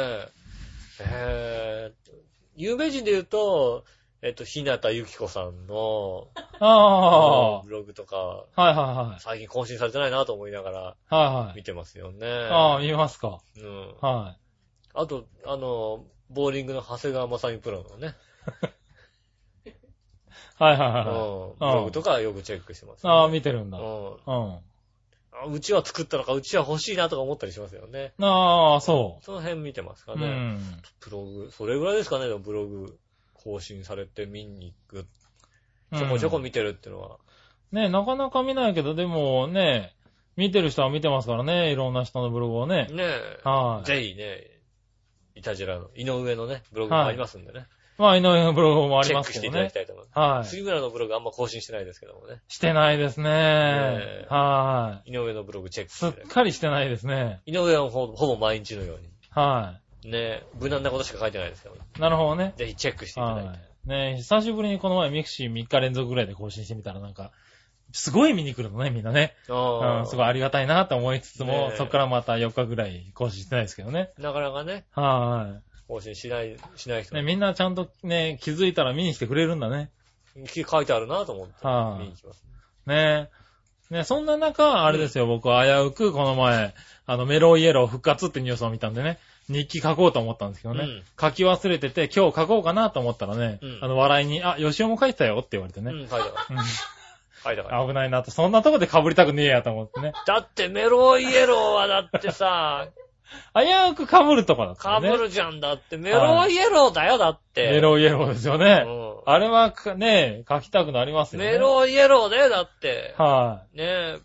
えー、有名人で言うと、えっと、ひなたゆきこさんのい。ああブ。ログとか、はいは最近更新されてないなと思いながらいはい。はいはい。見てますよね。ああ、見ますか。うん。はあと、あの、ボーリングの長谷川正美プロのね、い。はいはいはうんいはい。ブログとかよくチェックしてます、ああ、見てるんだ。うん。うんああうちは作ったのか、うちは欲しいなとか思ったりしますよね。あ、そその辺見てますかう。うね。ん。ブログ、それぐらいですかね、でもブログ更新されて見に行く。ちょこちょこ見てるっていうのは。ねなかなか見ないけど、でもね、見てる人は見てますからね、いろんな人のブログをね。ねえ。はい。ぜひね、いたじらの、井上のね、ブログもありますんでね。まあ、井上のブログもあチりェまックすしけていどただきたね。いと思います。はい。杉村のブログあんま更新してないですけどもね。してないですねえ。は井上のブログチェックい。しすていっただきかりしてないですね。井上はほぼほぼ毎日のように。はねえ、無難なことしか書いてないですけども、い。なるほどね。ぜひチェックしていただいて。はい。ね久しぶりにこの前ミクシー3日連続ぐらいで更新してみたらなんか、すごい見に来るのね、みんなね。あうあん、すごいありがたいなと思いつつもね、えそっからまた4日ぐらい更新してないですけどね。なかなかね、は更新しない、しないい。人ね、みんなちゃんとね、気づいたら見に来てくれるんだね。書いてあるなと思って、は見にい行きます。。ねね、そんな中、あれですよ、僕は危うくこの前、あの、メロイエロー復活ってニュースを見たんでね、日記書こうと思ったんですけどね、うん書き忘れてて、今日書こうかなと思ったらね、うんあの、笑いに、あ、吉尾も書いてたよって言われてうね、ん、書いてある。書いてある。危ないなと、そんなとこで被りたくねえやと思ってね、だってメロイエローはだってさ、危うく被るとこだったかんぶでね。るじゃんだって、メロイエローだよだって。メロイエローですよね。うんあれはかね、書きたくなりますよね。メロイエローだよだって。はねえ、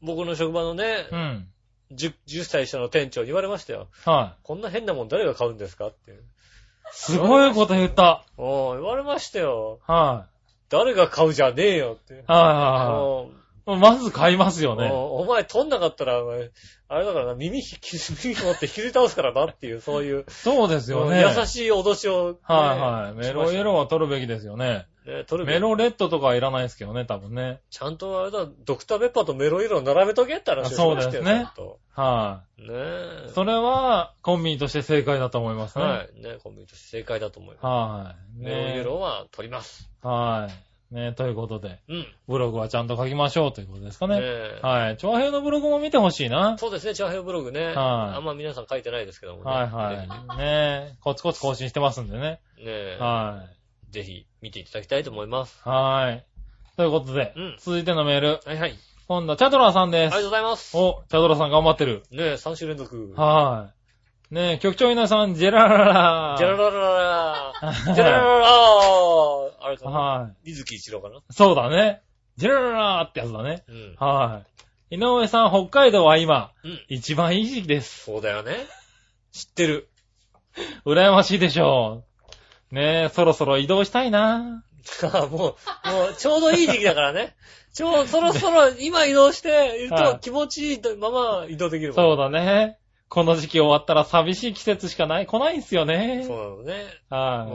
僕の職場のねい。う、ん。 10, 10歳下の店長に言われましたよ。はい。こんな変なもん誰が買うんですかっていう。すごいこと言った。おう言われましたよ。は誰が買うじゃねえよってい。。はおういはいはい。まず買いますよね。おお前取んなかったら、お前あれだからな、耳ひ、 耳持って引きずり倒すからなっていう、そういう、そうですよね。優しい脅しをね、はいはい。メロイエローーは取るべきですよね。ね、取るメメロロレッドとかはいらないですけどね、多分ね。ちゃんとあれだ、ドクターペッパーとメロイエロー並べとけって話をしましたよそうですねちゃんとはねえい。。それは、コンビニとして正解だと思いますね。はい。ね、コンビニとして正解だと思います。はい。メロイエねローは取ります。はい。ねということで、うん。ねブログはちゃんと書きましょうということですかね。えはい。長平のブログも見てほしいな。そうですね、チャーヘイブログね。はいあんま皆さん書いてないですけどもね。はいはい。ねえ、コツコツ更新してますんでね。い。ねえ、はぜひ見ていただきたいと思います。い。はい。ということで、うん続いてのメール。はいはい。あり今度はチャドラーさんでがす。とうございます。お、チャドラーさん頑張ってる。ねえ、3週連続。はい。ねえ、局長皆さん、ジェラララ。ジェララララ ジェララララあれかなは。水木一郎かないそうだね。ジェラララってやつだね。うん。はい。井上さん、北海道は今、うん。一番いい時期です。そうだよね。知ってる。 羨ましいでしょう。ねえ、そろそろ移動したいな。あもう、もう、ちょうどいい時期だからね。 ちょう、そろそろ今移動して、いるはとい気持ちいいまま移動できるもんそうだね。この時期終わったら寂しい季節しかない、来ないんすよね。そうなのね。うはい。ん。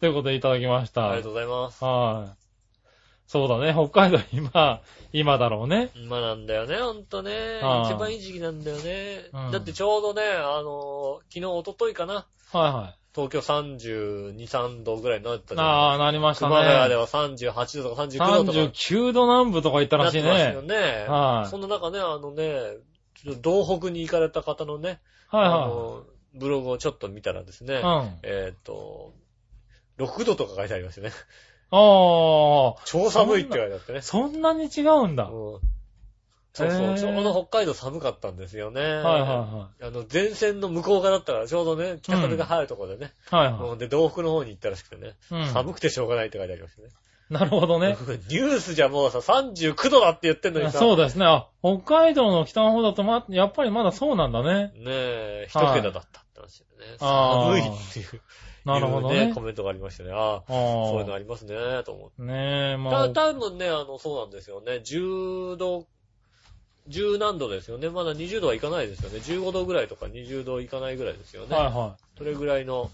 ということでいただきました。ありがとうございます。はい。そうだね、北海道今、今だろうね。今なんだよね、ほんとね。あー一番いい時期なんだよね。うんだってちょうどね、あのー昨日、一昨日かな。はいはい。東京32、3度ぐらいになったじゃないああ、なりましたね。熊谷では38度とか39度とか。 39度南部とか行ったらしいなってましたよね。ね。はいそんな中ね、あのね、ちょっと東北に行かれた方のね、はいあはの、ブログをちょっと見たらですね、い。うん。あえーっと、6度とか書いてありましたね。 あ、超寒いって書いてあってね。そんなに違うんだ。はいうんそうそへう、ーちょうど北海道寒かったんですよね。はいはあの、前線の向こう側だったから、ちょうどね、北風が入るところでね、い。はいもはうで、東北の方に行ったらしくてね、い。うん。寒くてしょうがないって書いてありましたね。なるほど ニね。ュースじゃもうさ、39度だって言ってんのにさ、そうですね。あ、北海道の北の方だと、ま、やっぱりまだそうなんだね。ねえ、一桁だったって話だよね。はい寒いっていう、なるほどねコ。メントがありましたね。ああ、あそういうのあありますね、と思って。ー。ねえ、またあ。多分ね、あの、そうなんですよね。10度、10何度ですよね。まだ20度はいかないですよね。15度ぐらいとか20度いかないぐらいですよね。はいはそれぐらいの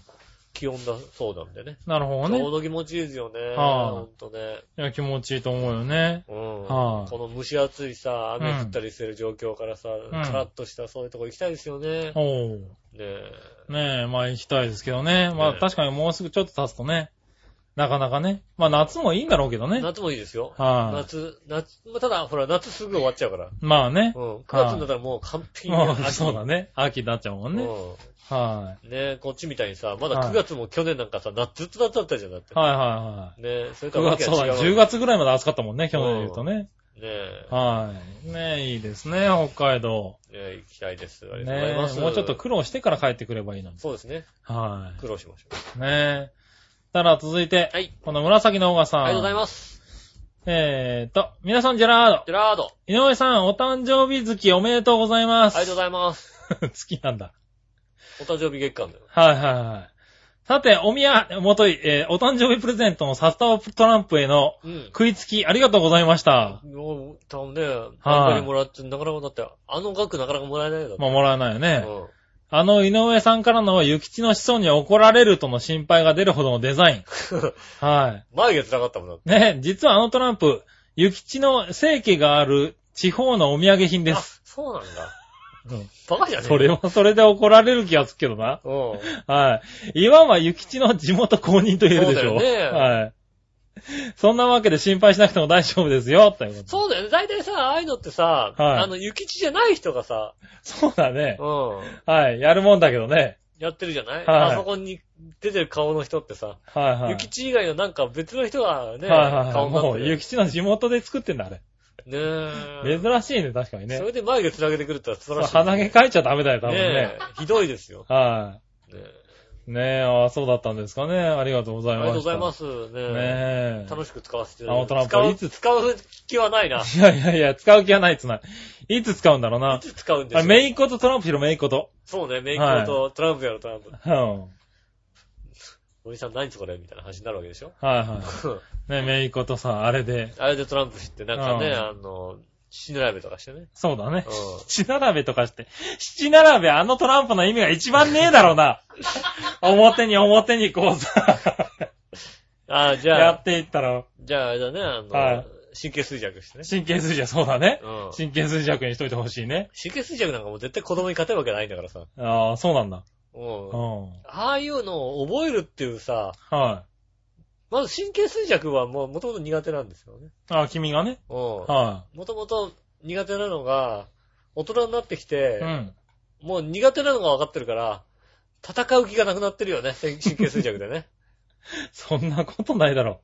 気温だそうなんでね。い。なるほどちょうね。ど気持ちいいですよね。はいほんとね。いや、気持ちいいと思うよね。うん。はこいの蒸し暑いさ、雨降ったりしてる状況からさ、んカラッとしたそういうとこ行きたいですよね。おー。ねえ。ねえ、まあ行きたいですけどね。まあねえ確かにもうすぐちょっと経つとね。なかなかね。まあ夏もいいんだろうけどね。夏もいいですよ。はい。夏、夏、まあただ、ほら、夏すぐ終わっちゃうから。まあねう。ん。9月になったらもう完璧にも秋うそうだね。秋になっちゃうもんね。はい。うんはねえ、こっちみたいにさ、まだはい9月も去年なんかさ、夏ずっと夏だったじゃん、だってい。はいはねえ、それい。か9ら月、そうだね。10ね月ぐらいまで暑かったもんね、去年で言うとね。え、はい。ねえ、いいですね、北海道。ねえ、行きたいです。ありがとうございねます。え、もうちょっと苦労してから帰ってくればいいのに。そうですね。は苦労しましょう。い。ねえ。たら続いて、はい。この紫のオガさん。ありがとうございす。ます。えーと、皆さん、ジェラード。ジェラード。井上さん、お誕生日月おめでとうございます。ありがとうございます。 好きなんだ。お誕生日月間だよ。はいはいはい。さて、おみや、もとい、えーお誕生日プレゼントのサスタオトランプへのうん。食いつき、ありがとうございました。もう、多分ね、あんまりもらって、なかなかだって、あの額なかなかもらえないよ。だってまあ、もらわないよね。うん。あの、井上さんからのは、ゆきちの子孫に怒られるとの心配が出るほどのデザイン。 は眉毛辛かったもんだって。い。ね、実はあのトランプ、ゆきちの生家がある地方のお土産品であす。、そうなんだ。うんバカじゃねえそれはそれで怒られる気がつくけどな。うん。はい。いわば、ゆきちの地元公認と言えるでしょそうだよねはい。そんなわけで心配しなくても大丈夫ですよ、ということ。そうだよね。大体さ、ああいうのってさ、はいあの、諭吉じゃない人がさ、そうだねう。ん。はい。やるもんだけどね。やってるじゃない、はいあそこに出てる顔の人ってさ、はいはい。諭吉以外のなんか別の人がね、はいはいは顔い。になもってう、る。ゆきちの地元で作ってんだ、あれ。ねえ。珍しいね、確かにねそ。れで眉毛つなげてくるってのは素晴らしい。鼻毛描いちゃダメだよ、多分ねねえ。。ひどいですよ。はねえい。ねえ、ああ、そうだったんですかね。ありがとうござあいりまがとうす。。ございますす。ねえ。ねえ。楽しく使わせて青トランプ使ういつ使う気はないな。いいやいやいや、使う気はないっつうな。いつ使うんだろうな。つ使うんであすれ、メイコとトランプしろ、メイコと。そうね、メイク用とトランプやろ、トランプ。うん。はいおじさん何それみたいな話になるわけで しょはい。ね、メイコとさ、あれで、あれでトランプ知って、なんかね、うんあの、死ぬらべとかしてね。そうだねうん。七並べとかして、七並べ、あのトランプの意味が一番ねえだろう な。表に表にこうさ、ああ、じ やゃあっ、ていったら、じゃああれだね、あの、はい神経衰弱してね。神経衰弱、そうだねう。ん。神経衰弱にしといてほしいね。神経衰弱なんかもう絶対子供に勝てるわけないんだからさ。ああ、そうなんだ。うんう。ん。ああいうのを覚えるっていうさ、はまず神経衰弱はもう元々苦手なんですよね。い。ああ、君がね。うん。はもともと苦手なのが、大人になってきい。てう、ん。もう苦手なのが分かってるから、戦う気がなくなってるよね、神経衰弱で ね。そんなことないだろ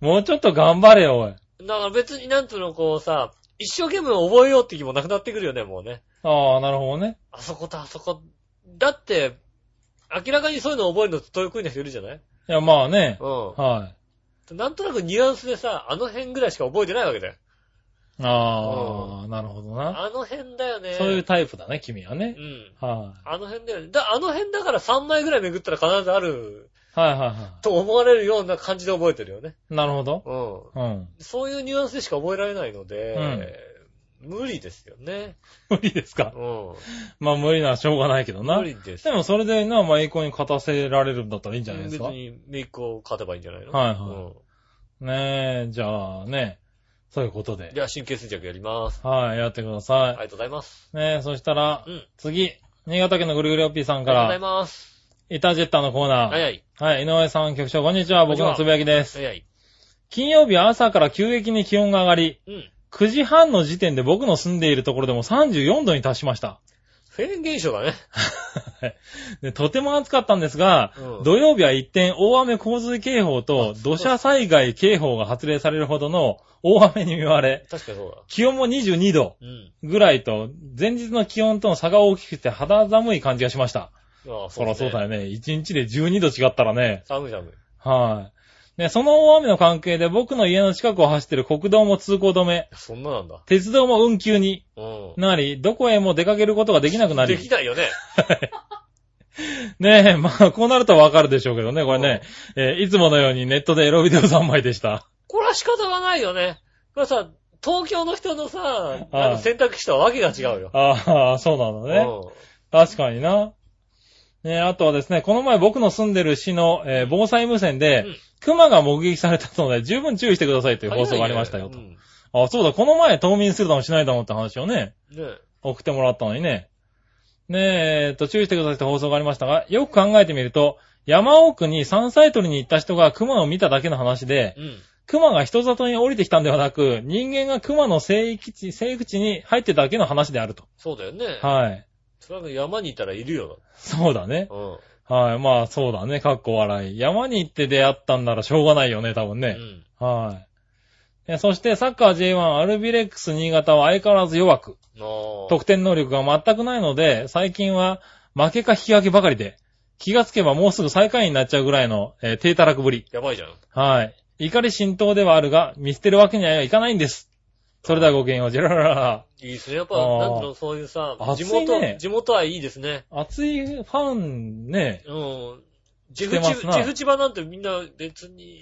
う。もうちょっと頑張れよ、おい。だから別になんつうのこうさ、一生懸命覚えようって気もなくなってくるよね、もうね。ああ、なるほどね。あそことあそこ。だって、明らかにそういうの覚えるの得意な人いるじゃないいや、まあね。うはん。なんとなくニュアンスでさ、あの辺ぐらいしか覚えてないわけだよ。い。ああ、なるほどな。あの辺だよね。そういう。タイプだね、君はねう。ん。はあの辺だよね。だ、あの辺だから3枚ぐらい巡ったら必ずあるい。はいはいはと思われるような感じで覚えてるよね。い。なるほど。うん。うん。そういうニュアンスでしか覚えられないので、無理ですよね。無理ですかうまあ無理ならしょうがないけどん。な。無で理です。もそれでな、まあ英語に勝たせられるんだったらいいんじゃないで別すか。ねにメイクを勝てばいいんじゃないのはいはい。いえ、じゃあね、そういうことうん、でじ。ゃあ、神経衰弱やります。はい、やってくだあさりがとうございます。い。ねえ、そしたらう、ん。次、新潟県のぐるぐるおっぴーさんありかがとうございら、ます。イタジェッターのコーナはいー。はい。はい、井上さん局長、こんにちは。僕のつぶやきです。はいはい。金曜日は朝から急激に気温が上がり、うん。 9時半の時点で僕の住んでいるところでも34度に達しました。フェーン現象だね。でとても暑かったんですが、うん土曜日は一転大雨洪水警報と土砂災害警報が発令されるほどの大雨に見舞われ、確かにそうだ。気温も22度うん。ぐらいと、前日の気温との差が大きくて肌寒い感じがしました。ああ、そらそうだね。よね。1日で12度違ったらね、寒い寒い。はい。ね、その大雨の関係で僕の家の近くを走ってる国道も通行止め、そんななんだ。鉄道も運休にう。なり、どこへも出かけることができなくなんできり、ないよね。ねえ、まあ、こうなるとわかるでしょうけどね、これね、えーいつものようにネットでエロビデオ3枚でした。これは仕方がないよね。これさ、東京の人のさ、あああの選択肢とはわけが違うよ。ああ、そうなんだね。う確かにな。ねあとはですね、この前僕の住んでる市の、えー防災無線で、うん熊が目撃されたので十分注意してくださいといんう放送がありましたようと。んあ、そうだ、この前冬眠するだもしないだもって話をね、ねえ送ってもらったのにね。ねえ、えっと、注意してくださいって放送がありましたが、よく考えてみると、山奥に山菜採りに行った人が熊を見ただけの話で、うん。熊が人里に降りてきたんではなく、人間が熊の生育地、生育地に入ってただけの話であると。そうだよね。はい。それは山にいたらいるよそうだねな。。うん。はい。まあ、そうだね。かっこ笑い。山に行って出会ったんならしょうがないよね、多分うね。ん。はい。ねそして、サッカー J1 アルビレックス新潟は相変わらず弱く、ああ。得点能力が全くないので、最近は負けか引き分けばかりで、気がつけばもうすぐ最下位になっちゃうぐらいの、えー低たらくぶり。やばいじゃん。はい。怒り浸透ではあるが、見捨てるわけにはいかないんです。それではごきげんよう、ジェラララ。いいですね。やっぱ、あーなんていうの、そういうさ、熱地いね元、地元愛いいですね。熱いファンね、うん。ジェてフまチすジなェフ千葉なんてみんな別に、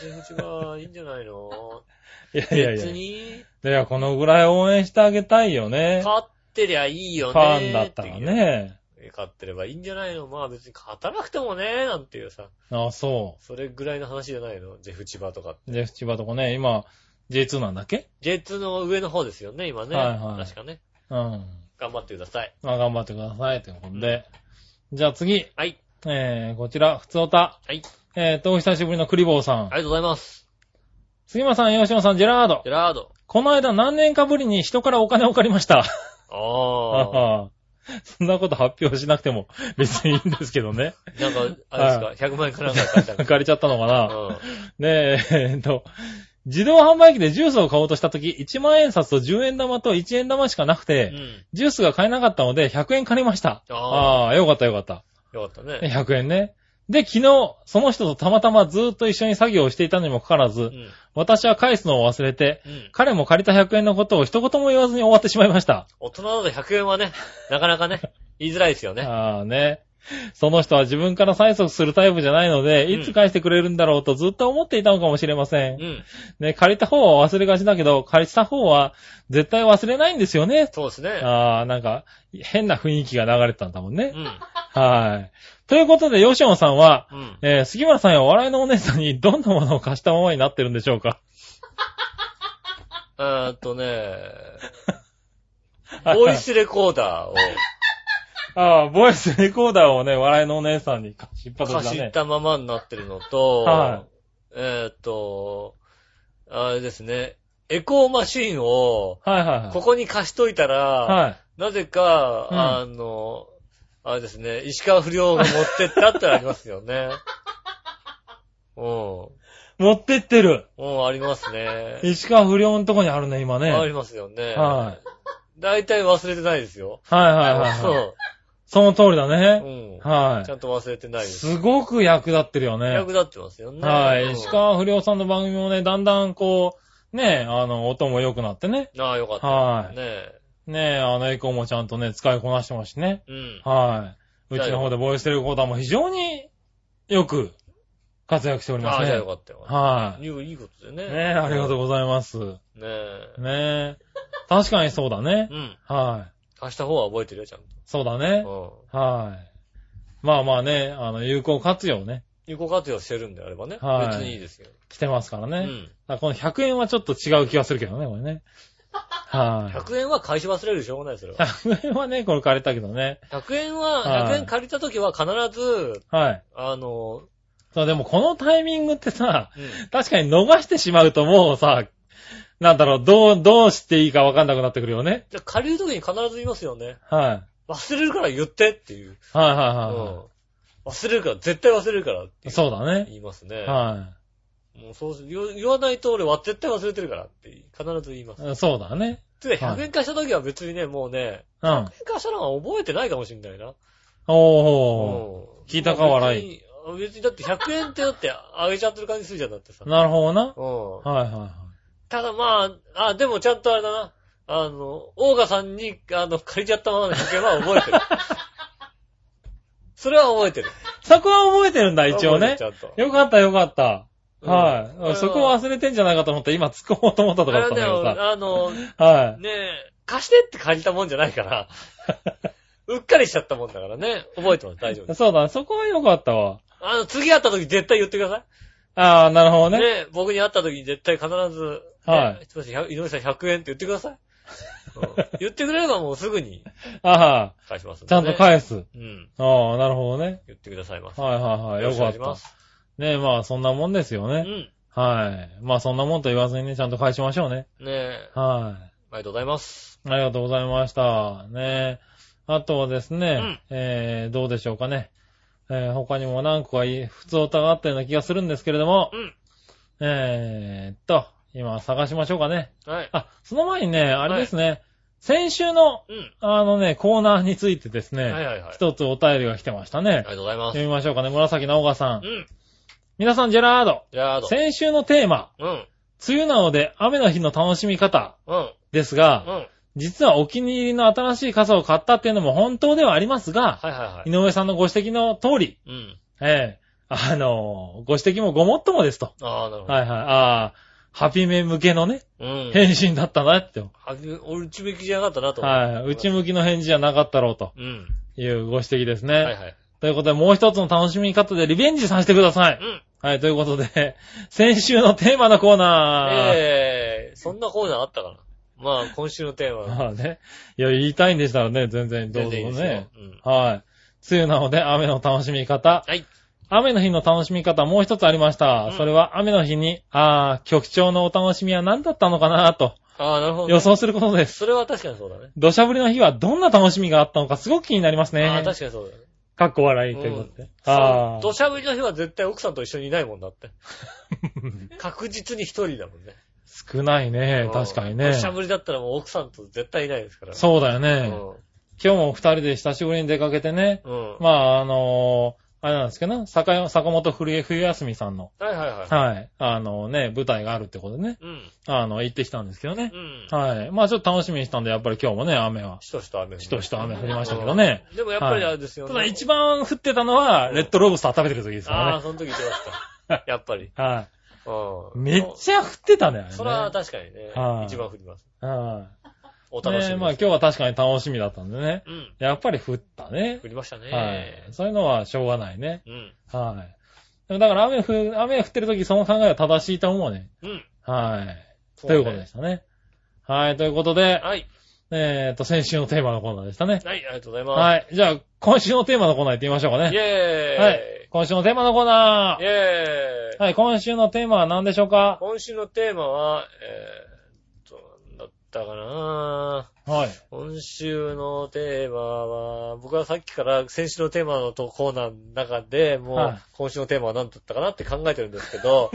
ジェフ千葉いいんじゃないの いやいやいや別。に、いや、このぐらい応援してあげたいよね。勝ってりゃいいよね。ファンだったら。ね。勝ってればいいんじゃないのまあ別に勝たなくてもね、なんていうさ、あ、そそれぐらいの話じゃないのジェフ千葉とか。う。ジェフ千葉とかね、今、J2 なんだっけ J2 の上の方ですよね、今ね。はいはい確かね。うん。頑張ってください。まあ、頑張ってください、ということで。じゃあ次、はい。えー、こちら、ふつおた。はい。えーと、お久しぶりのクリボーさん。ありがとうございます。杉間さん、吉野さん、ジェラードジ。ェラード。この間何年かぶりに人からお金を借りました。ああ。 そんなこと発表しなくても別にいいんですけど ね。なんか、あれですか、100万円かなんか買った借りちゃったのかな。の。うん。ねえ、えーっと、自動販売機でジュースを買おうとしたとき、1万円札と10円玉と1円玉しかなくて、うん。ジュースが買えなかったので、100円借りました。あああ、よかったよかった。あ、よかったね。 100円ね。で、昨日、その人とたまたまずっと一緒に作業をしていたにもかかわらうず、ん。私は返すのを忘れて、うん。彼も借りた100円のことを一言も言わずに終わってしまいました。大人だと100円はね、なかなかね、言いづらいですよね。 ああね。その人は自分から催促するタイプじゃないので、うんいつ返してくれるんだろうとずっと思っていたのかもしれませ。うんん。ね、借りた方は忘れがちだけど、借りた方は絶対忘れないんですよね。そうですね。ああ、なんか、変な雰囲気が流れてたんだもんねう。ん。はい。ということで、吉野さんは、うん。えー杉村さんやお笑いのお姉さんにどんなものを貸したままになってるんでしょうかえーっとね、ボイスレコーダーを ああ、ボイスレコーダーをね、笑いのお姉さんに貸しっぱな貸しだしね。たままになってるのと、はいえーっと、あれですね、エコーマシンを、はいはいここに貸しといたら、はい。はい。なぜか、うんあの、あれですね、石川不良が持ってったってありますよ ね。うん。持ってってる。うん、ありますね。石川不良のとこにあるね、今ね。あはい。りますよね。。はい大体忘れてないですよ。はいはいはい。その通りだそう。ね。うん。はちゃんと忘れてないい。です。すごく役立ってるよね役。立ってますよね。はうんい。石川不良さんの番組もね、だんだんこう、ね、あの、音も良くなってね。ああ、よかった。はねえ。い。ね、あの、エコーもちゃんとね、使いこなしてますしね。うん。はい。うちの方でボイステレコーダーも非常によく活躍しておりまあすあ、じゃあよね。かったよ。。はいいいことでね。い。ねえ、ありがとうございます。ねう。ねえ。え。確かにそうだねう。ん。は貸した方は覚えてるよ、ちゃんい。そうだね。と。うん。はい。まあまあね、あの、有効活用ね、有効活用してるんであればね。はい別にいいですよ。来てますからね。うだかん。らこの100円はちょっと違う気がするけどね、これ ね。は100円は返し忘れるでしょうがないですよい。。100円はね、これ借りたけどね。 100円はは、100い円借りた時は必ず、はい。あの、そう、でもこのタイミングってさ、うん。確かに逃してしまうともうさ、なんだろう、どう、どうしていいかわかんなくなってくるよね。じゃあ借りるときに必ず言いますよね。は忘れるから言ってっていう。い。はいはいうはいんは。忘れるから、絶対忘れるからってい。そうだね。言いますね。はもうそうす言わ言わないと俺は絶対忘れてるからって必ず言います。い。そうだね。つまり100円化した時は別にね、もうね、うん。 100円化したのは覚えてないかもしれないな。おー。うん聞いたか笑い。まあ別に別にだって100円ってだってあげちゃってる感じするじゃんだってさ。なるほどな。うん。はいはいはい。ただまあ、あ、でもちゃんとあれだな。あの、オーガさんに、あの、借りちゃったままの100円は覚えてる。 それは覚えてる。そこは覚えてるんだ、一応覚えねて。るちゃんと。よかったよかった。うんはい。そこ忘れてんじゃないかと思った。今突っ込もうと思ったとこあだっれただんだけどよ、さ。あの、はい。ねえ、貸してって借りたもんじゃない から、うっかりしちゃったもんだからね。覚えてます、大丈夫です。そうだ、そこはよかったわ。あの、次会った時絶対言ってくださああ、なるほい。どねね。え、僕に会った時に絶対必ず、ね。はいすいません、100井上さん100円って言ってください。うん言ってくれればもうすぐにあ返しますあ、んちでゃねんと返す。うん。ああ、なるほどね。言ってくださいます。はいはいはい。ろよかっしくお願いしたま。す。ねえ、まあそんなもんですようね。ん。はい。まあそんなもんと言わずにね、ちゃんと返しましょうね。ねえ、はありがとうございます。い。ありがとうございました。ねえ。あとはですね、んえー、どうでしょうかね。えー、他にも何個かいい、普通歌があったような気がするんですけれども、うん。えーっと、今探しましょうかね。はい。あ、その前にね、あれですね、先週の、うん。あのね、コーナーについてですね、はいはいはい。あ一つお便りが来てましたねりが。とうございます。読みましょうかね。紫直川さんう。ん。皆さん、ジェラード。じゃあ、どう先週のテーマ、うん。梅雨なので雨の日の楽しみ方うん。ですうん。が、はい実はお気に入りの新しい傘を買ったっていうのも本当ではありますが、はいは井い。上さんのご指摘の通り、うん。ええあのご指摘もごもっともですと。ああ、なるほど。はいはい。ああ、ハピメ向けのね、うん。返信だったなって。はじ、俺、ちめきじゃなかったなと。はい。内向きの返事じゃなかったろうとうん。いうご指摘ですはいね。はい。。ということで、もう一つの楽しみ方でリベンジさせてくださいうん。はい。ということで、 先週のテーマのコーナー。ええそんなコーナーあったかな。まあ、今週のテーマは。まあね。いや、言いたいんでしたらね、全然どうぞ全然いいですよね。。うん。はい。梅雨なので雨の楽しみ方。はい。雨の日の楽しみ方もう一つありましうた。んそれは雨の日に、あー、局長のお楽しみは何だったのかなとああ、なるほどね、予想することです。それは確かにそうだね。土砂降りの日はどんな楽しみがあったのかすごく気になりますね。ああ、確かにそうだね。かっこ笑いということで。あああ。土 ー。砂降りの日は絶対奥さんと一緒にいないもんだ って。確実に一人だもんね。少ないねう。ん確かにね土。砂降りだったらもう奥さんと絶対いないですから。そうだようね。ん。今日も二人で久しぶりに出かけてね。うん。まあ、あのーあれなんですけどね、坂坂本冬冬休みさんの、はいはいはい。はい、あのね、舞台があるってことでね、うん。あの、行ってきたんですけどねう。ん。はい。まあ、ちょっと楽しみにしたんで、やっぱり今日もね、雨は、しとしと雨降りまししたとしと雨降りましたけどね。うんでもやっぱりあれですよたね。だ一番降ってたのは、うんレッドロブスター食べてる時ですああ、よその時言って ました。やっぱり。ね。はうい。ん。めっちゃ降ってたね、あれね。それは確かにねは、い一番降ります。はおい。楽しみねに。まあ今日は確かに楽しみだったんでね。うん。やっぱり降ったね降。りましたね。はい。そういうのはしょうがないね。うん。はい。でもだから雨降、雨降ってる時その考えは正しいと思うね。うん。はい。そとねいうことでし。たね。はい、ということで、はい。えーと、先週のテーマのコーナーでしたね。はい、ありがとうございます。はい。じゃあ、今週のテーマのコーナー行ってみましょうかイね。ェーイ。はい。今週のテーマのコーナイェーイ。ー。はい、今週のテーマは何でしょうか今週のテーマは、えーっと、なんだったかなはい。今週のテーマは、僕はさっきから先週のテーマのとコーナーの中で、もはうい今週のテーマは何だったかなって考えてるんですけ ど、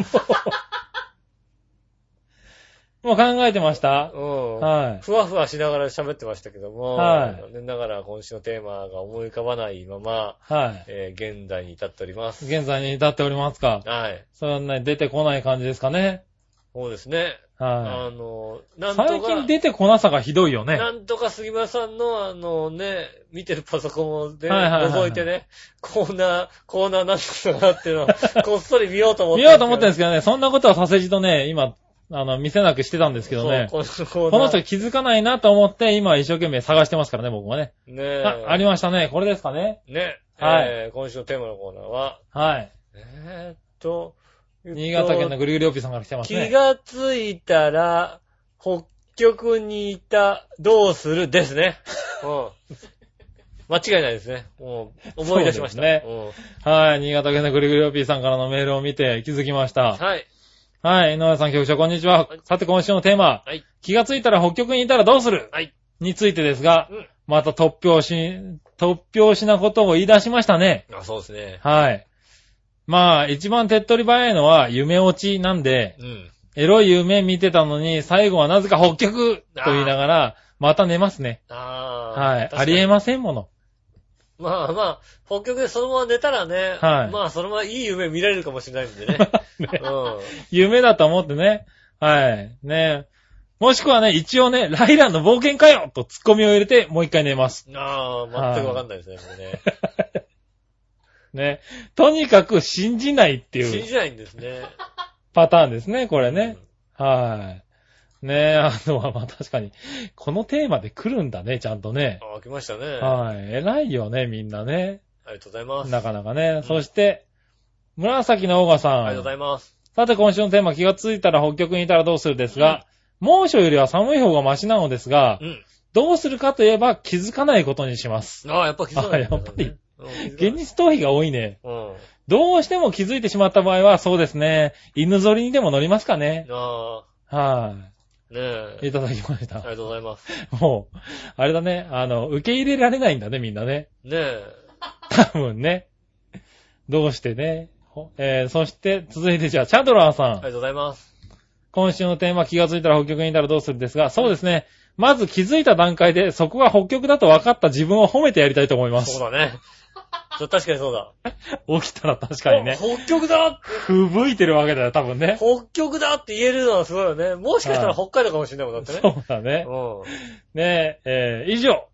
もう考えてましたうん。はい。ふわふわしながら喋ってましたけども、はい残念ながら今週のテーマが思い浮かばないまま、はい。えー現代に至っております。現在に至っておりますかはい。それはね、出てこない感じですかね。そうですね。はあの、いな。んとか、最近出てこなさがひどいよね。なんとか杉村さんの、あのね、見てるパソコンをね、はいはいはいはい覚えてね、コーナー、コーナーなんとかなっていう のを、こっそり見ようと思って。見ようと思ったんですすけどね、そんなことはさせじとね、今、あの、見せなくしてたんですけどね。そうこのコーナー。この人気づかないなと思って、今一生懸命探してますからね、僕もね。ねえ。あ、ありましたね。これですかね。ね。はいえー今週のテーマのコーナーは、はい。えーっと、新潟県のぐるぐるおっぴーさんから来てます気ね。がついたら、北極にいた、どうするです ね。うん。間違いないですね。もう、思い出しました。そうですね。はい。新潟県のぐるぐるおっぴーさんからのメールを見て気づきました。はい。はい、井上さん局長、こんにちははい。さて、今週のテーマ。はい気がついたら北極にいたらどうするはい。についてですが、うんまた突拍子、突拍子なことを言い出しましたね。あ、そうですね。はい。まあ、一番手っ取り早いのは夢落ちなんで、うん。エロい夢見てたのに、最後はなぜか北極と言いながら、また寝ますね。ああ。はい。ありええませんもの。まあまあ、北極でそのまま寝たらね、はいまあそのままいい夢見られるかもしれないんでね。 ねう夢だと思ってね。はい。ねもしくはね、一応ね、ライランの冒険かよとツッコミを入れて、もう一回寝ます。ん。ああ、全くわかんないですね、これね。ね。とにかく信じないってい信うじないんですね。パターンですね、これね。はい。ねあの、まあ確かに、このテーマで来るんだね、ちゃんとね。うん。ああ、来ましたね。あはい。偉いよね、みんなね。りがとうございます。なかなかね。そして、紫のオーガさん。ありがとうございます。さて今週のテーマ、気がついたら北極にいたらどうするですが、猛暑よりは寒い方がマシなのですが、うん。どうするかといえば気づかないことにします。ああ、やっぱ気づかない。あやっぱりうん。気づか現ない実逃避が多いね。うん。どうしても気づいてしまった場合は、そうですね。犬ぞりにでも乗りますかね。あはあ、ねい。え。いただきあましりた。がとうございます。もう、あれだね。あの、受け入れられないんだね、みんなね。ねえ。多分ね。どうしてね。ほえー、そして、続いてじゃあ、チャドラーさん。ありがとうございます。今週のテーマ、気がついたら北極にいたらどうするですが、そうですね。まず気づいた段階で、そこが北極だと分かった自分を褒めてやりたいと思いまそうす。だね。そう確かにそうだ。起きたら確かにね。お北極だふぶいてるわけだよ、多分ね。北極だって言えるのはすごいよね。もしかしたはらい北海道かもしれないもんだってね。そうだね。うねえ、えー以上。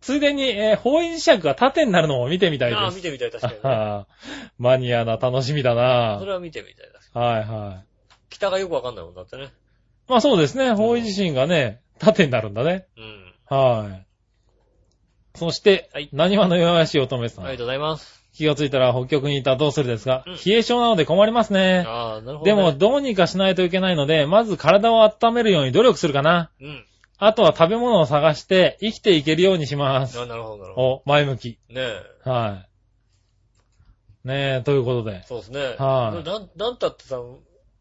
ついでに、えー方位磁石が縦になるのも見てみたいん。ああ、で見す。てみたい、確かに、ね。あー マニアな楽しみだなそれは見てみたいだ。はいはい。北がよくわかんないもんだってね。まあそうですね、方位磁石がね、縦になるんだね。うん。はい。そしてはい、何話の弱々しい乙女さありがん。とうございます。気がついたら北極にいたらどうするですがうん、冷え性なので困りますね。ああ、なるほど、でね。も、、どうにかしないといけないので、まず体を温めるように努力するかな。うん。あとは食べ物を探して、生きていけるようにします。あなるほど、なるほお、前向き。ど。ねえ。はい。ねえ、ということで。そうですね。はいなん、なんたってさ、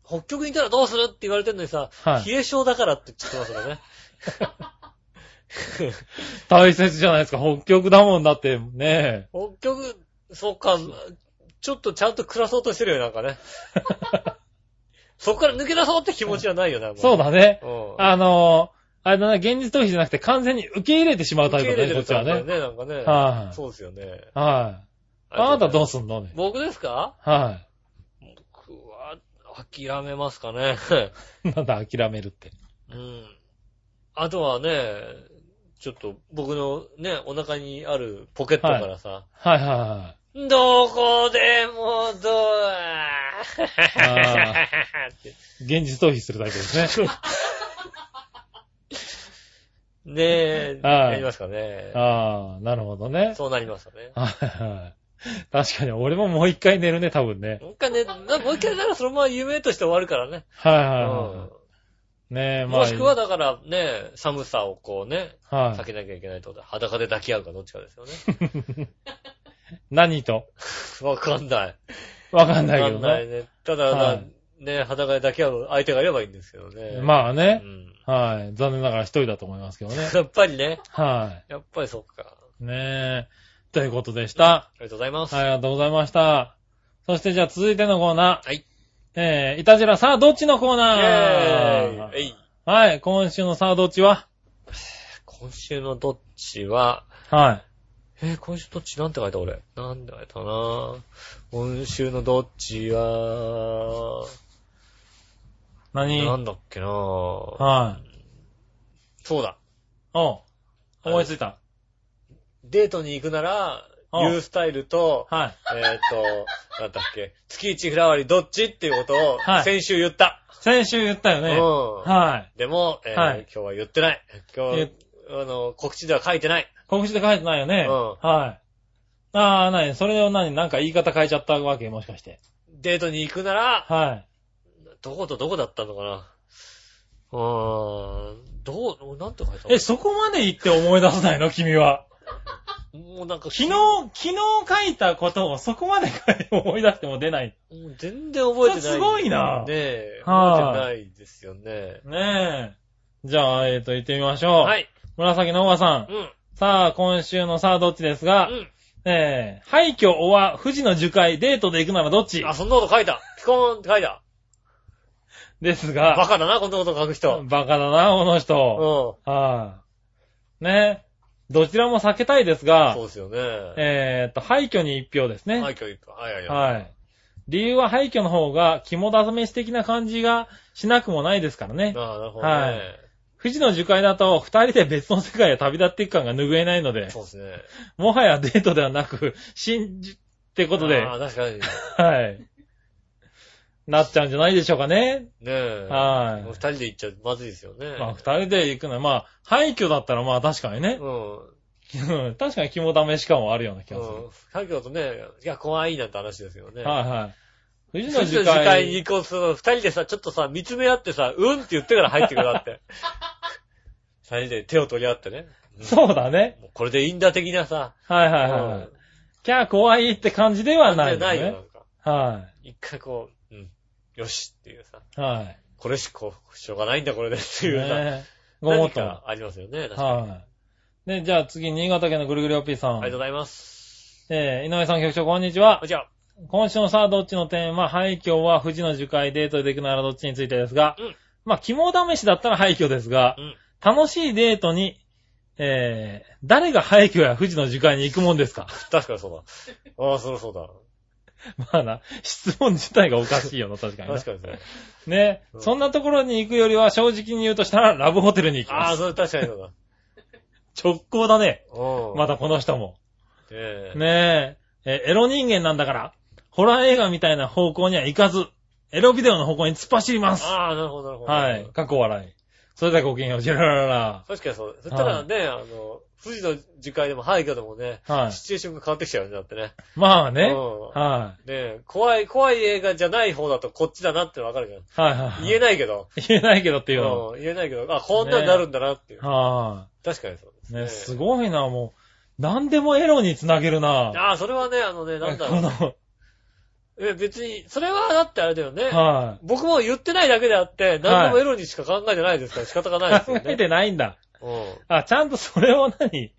北極にいたらどうするって言われてんのにさ、はい冷え性だからって言ってますからね。大切じゃないですか。北極だもんだって、ね北極、そっか、ちょっとちゃんと暮らそうとしてるよ、なんか ね。そっから抜け出そうって気持ちはないよな、もえ。そうだね。うん。あのー、あれだね、現実逃避じゃなくて完全に受け入れてしまうタイプだね、こっちは受け入れてるね。タイプだね、なんかね。はい。そうですよね。はい。あなたどうすすんのね。僕ですかは僕は、諦めますかね。 い。なんだ、諦めるって。うん。あとはね、ちょっと僕のね、お腹にあるポケットからさ、はいはいはどこでもドあアってい。現実逃避するタイプです ね。ねえ、はいやりますかね。ああ、なるほどね。そうなりますよね。はいはい。確かに、俺ももう一回寝るね、多分ね。もう一回ね、なもう一回ならそのまま夢として終わるからね。はいうはいはんい。ねえ、まあ。もしくはだからね、寒さをこうね、避はけなきゃいけないってことは裸で抱き合うかどっちかですよね。 い。何とわかんない。わかんないけどわかんないね。ね。ただ、はいね、裸で抱き合う相手がいればいいんですけどね。まああねう。ん、 はい。残念ながら一人だと思いますけどね。やっぱりね、はやっぱりそっか。い。ねえ。ということでした。ありがとうございます。はいありがとうございました。そしてじゃあ続いてのコーナー。はい。えー、いたじらさあどっちのコーイナェーーイえいはい、今週のさあどっちは今週のどっちは、はえー今週どっちなんて書いた俺。なんて書いたかな今週のどっちは、い。何なんだっけなそはい。うだ。おう思いついた。デートに行くなら、うんユースタイルと、はい。えっと、なんだっけ、月一フラワーリどっちっていうことをはい、先週言った。先週言ったよね。うん。はでも、えーはい今日は言ってない。今日え、あの、告知では書いてない。い。告知で書いてないよね。うんはい。ああ、なにそれを何なんか言い方変えちゃったわけもしかして。デートに行くなら、はい。どことどこだったのかなうーん。どう、なんて書いたのえ、そこまで言って思い出さないの君は。もうなんか、昨日、昨日書いたことをそこまで書いて思い出しても出ない。もう全然覚えてない。すごいなねえ。はい覚えてないですよね。ねえ。じゃあ、えっ、と、行ってみましょう。。はいい。紫のおばさん。うん。さあ、今週のさあどっちですが、うえー、廃墟おわ、富士の樹海、デートで行くならどっちん。あ、そんなこと書いた。ピコーンって書いた。ですバが、カだな、こんなこと書く人。バカだな、このうん。人。はい、ねえ。どちらも避けたいですがそう、ですよね。えっと、廃墟に一票ですね。はい、今日一個。はいはいはい。はい。理由は廃墟の方が肝だめし的な感じがしなくもないですからね。ああ、なるほどはねい。富士の樹海だと二人で別の世界へ旅立っていく感が拭えないので、そうですね。もはやデートではなく、信じ、ってことで、ああ、確かに。ねはい。なっちゃうんじゃないでしょうかね。え。はいもう二人で行っちゃまずいですよね。 まあ、二人で行くのは、まあ、廃墟だったらまあ確かにね。うん。うん確かに肝試し感はあるような気がすうん。作業とね、いや、怖いなんて話ですよね。る。はいはい。藤次の野次次回回にこう、その、二人でさ、ちょっとさ、見つめ合ってさ、うんって言ってから入ってくるだ って。二人で手を取り合ってね。そうだね。もうこれでいいんだ的なさ。はいはいはういん。キャー怖いって感じではないなでいすよ、ねな。んか。は一回こう、うん、よしっていうさ、い。はい。これしか、こうしょうがないんだこれでっていうさ、ねえごも何っとも。かありますよね。確かにはい。ね、じゃあ次、新潟県のぐるぐるおっぴーさん。ありがとうございます。えー、井上さん局長、こんにちはあ。じゃあ、今週のさあ、どっちのテーマ、廃墟は富士の樹海デートで行くならどっちについてですが、うんまあ、肝試しだったら廃墟ですが、うん楽しいデートに、えー、誰が廃墟や富士の樹海に行くもんですか 確かにそう だ。ああ、そりゃそうだ。まあな、質問自体がおかしいよな、確かにな。 確かにそうだ。ね、うんそんなところに行くよりは正直に言うとしたらラブホテルに行きあまあ、す。それ確かにそうだ。直行だね。 うん。またこの人も。ええ。ねえ、えエロ人間なんだから、ホラー映画みたいな方向には行かず、エロビデオの方向に突っ走ります。ああ、なるほど、なるほど。はい。過去笑い。それではごきげんよう。ジェラララ確かにそう。そしたらね、あの、富士の樹海でも廃墟でもね、ラ。はいシ。チュエーションが変わってきちゃうよね、だってね。まあね。うんはねえ怖い、怖い映画じゃない方だとこっちだなってわかるじゃん。い。はいはい。言えない。ないけど。言えないけどっていうの。うん、言えないけど、あ、こんなになるんだなっていう。は確かにそうですい。ね。ね、すごいな、もう。何でもエロにつなげるな。ああ、それはね、あのね、なんだろう。こえ別に、それはだってあれだよね。の、は僕も言ってないだけであって、何でもエロにしか考えてないですから仕方がないい。です考よ えね。てないんだ。うあ、ちゃんとそれを何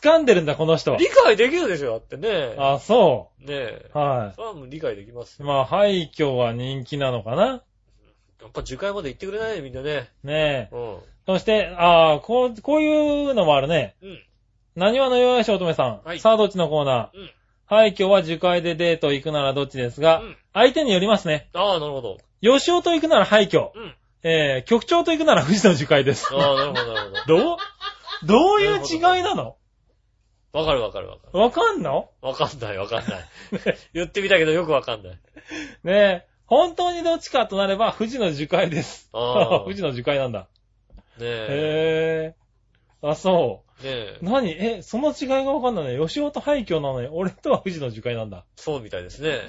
掴んでるんだ、この人んは。理解できるでしょ、だってね。あ、そねえ。う。はそれはもう理解できますい。よ。まあ、廃墟は人気なのかなやっぱ樹海まで行ってくれないね、みんなね。ねえ。うん。そして、ああ、こう、こういうのもあるね。うん。何話の弱いし乙女さん。はいさあ、どっちのコーナーうんはい、今日は樹海でデート行くならどっちですが、うん相手によりますね。ああ、なるほど。吉尾と行くなら廃墟。うん。えー、局長と行くなら富士の樹海です。ああ、なるほど、なるどうどういう違いなのほど。わかるわかるわかる。わかんのわかんないわかんない。 言ってみたけどよくわかんない。ねえ、本当にどっちかとなれば富士の樹海です。あ あ。富ね士の樹海なんだ。え。へえ。あ、そねえう。。何え、その違いがわかんないね。吉尾と廃墟なのに、俺とは富士の樹海なんだ。そうみたいですね。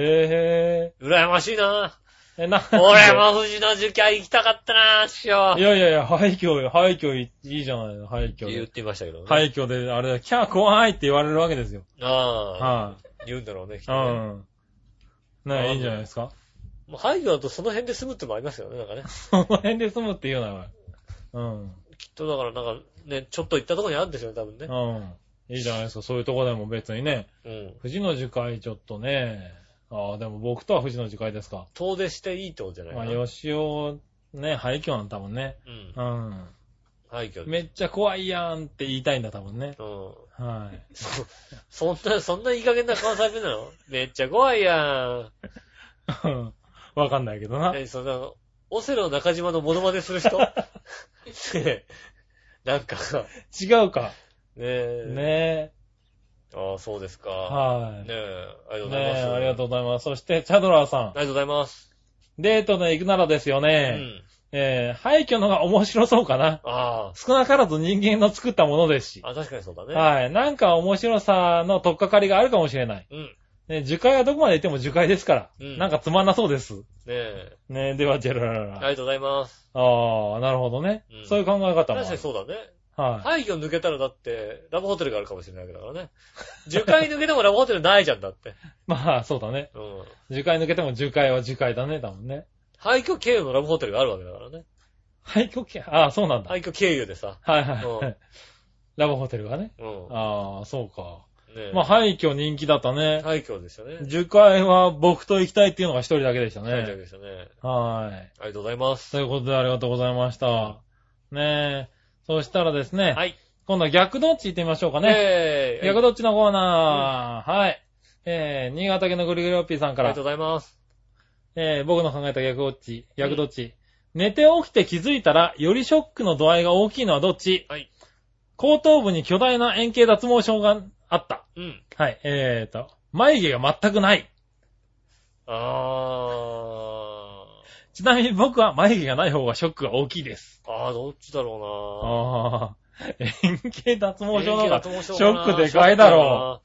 へ羨ましいな。え。え、な、 俺も富士の樹海行きたかったな、師匠。いやいやいや、廃墟よ、廃墟いいじゃないの、廃墟言っで。てみましたけどね。い。廃墟で、あれだ、キャー怖いって言われるわけですよ。ああ。は言うんだろうね、きっい。うとね。ん。ねあえ、いいんじゃないですか。 もう廃墟だとその辺で住むってのもありますよね、なんかね。その辺で住むっていうなら。うん。きっとだからなんかね、ちょっと行ったとこにあるんでしょうね、多分ね。うん。いいじゃないですか、そういうとこでも別にね。うん。富士の樹海ちょっとね。ああ、でも僕とは富士の樹海ですか。遠出していいってことじゃないまかあ、な。吉尾、ね、廃墟なんだ多分ね。うん。うん。廃墟で。めっちゃ怖いやんって言いたいんだ多分ね。うん。はい。そんな、そんないい加減な関西弁なのめっちゃ怖いやうん わかんないけどん。な。何そんな、オセロ中島のモノマネする 人ねえなんか、違うか。ねえ。ねえ。ああ、そうですか。はねい。え、ありがとうございねます。え、ありがとう。うございます。そして、チャドラーさありがとうございます。ん。デートで行くならですようね。ん。えー、廃墟のが面白そうかな。あ少なからず人間の作ったものですしあ。。あ、確かにそうだね。はい。なんか面白さの取っかかりがあるかもしれない。うん。ね、樹海はどこまで行っても樹海ですから。うんなんかつまんなそうです。ねえ、ねでは、ジェラララありラ。がとうございます。ああ、なるほどね、うんそういう考え方も確かあにる。そうだね。は廃墟抜けたらだって、ラブホテルがあるかもしれないわけだからね。10回抜けてもラブホテルないじゃんだって。い。まあ、そうだね。うん。 10回抜けても10回は10回だね、多分ね。廃墟経由のラブホテルがあるわけだからね。廃墟系、ああ、そうなんだ。はい廃墟経由でさ。はいはうい。ラブホテルがね。うん。ああ、そうか。ねえまあ、廃墟人気だったね。廃墟でしたね。 10回は僕と行きたいっていうのが一人だけでした廃墟ね。でしたね。はい。ありがとうございます。ということでありがとうございました。ねえ。そしたらですね、はい。今度は逆どっち行ってみましょうかね。ねえ逆どっちのコーナー、はい。えー、新潟県のぐるぐるおっぴーさんかありらがとう、ございます。えー、僕の考えた逆どっち、逆どっち、寝て起きて気づいたら、よりショックの度合いが大きいのはどっちはい。後頭部に巨大な円形脱毛症があった。うん。はい、えーと、眉毛が全くない。あちなみに僕は眉毛がない方がショックが大きいです。ー。あー、どっちだろああ、 円形脱うな毛症の方元気だがシと思うしョックでかいだろうかな。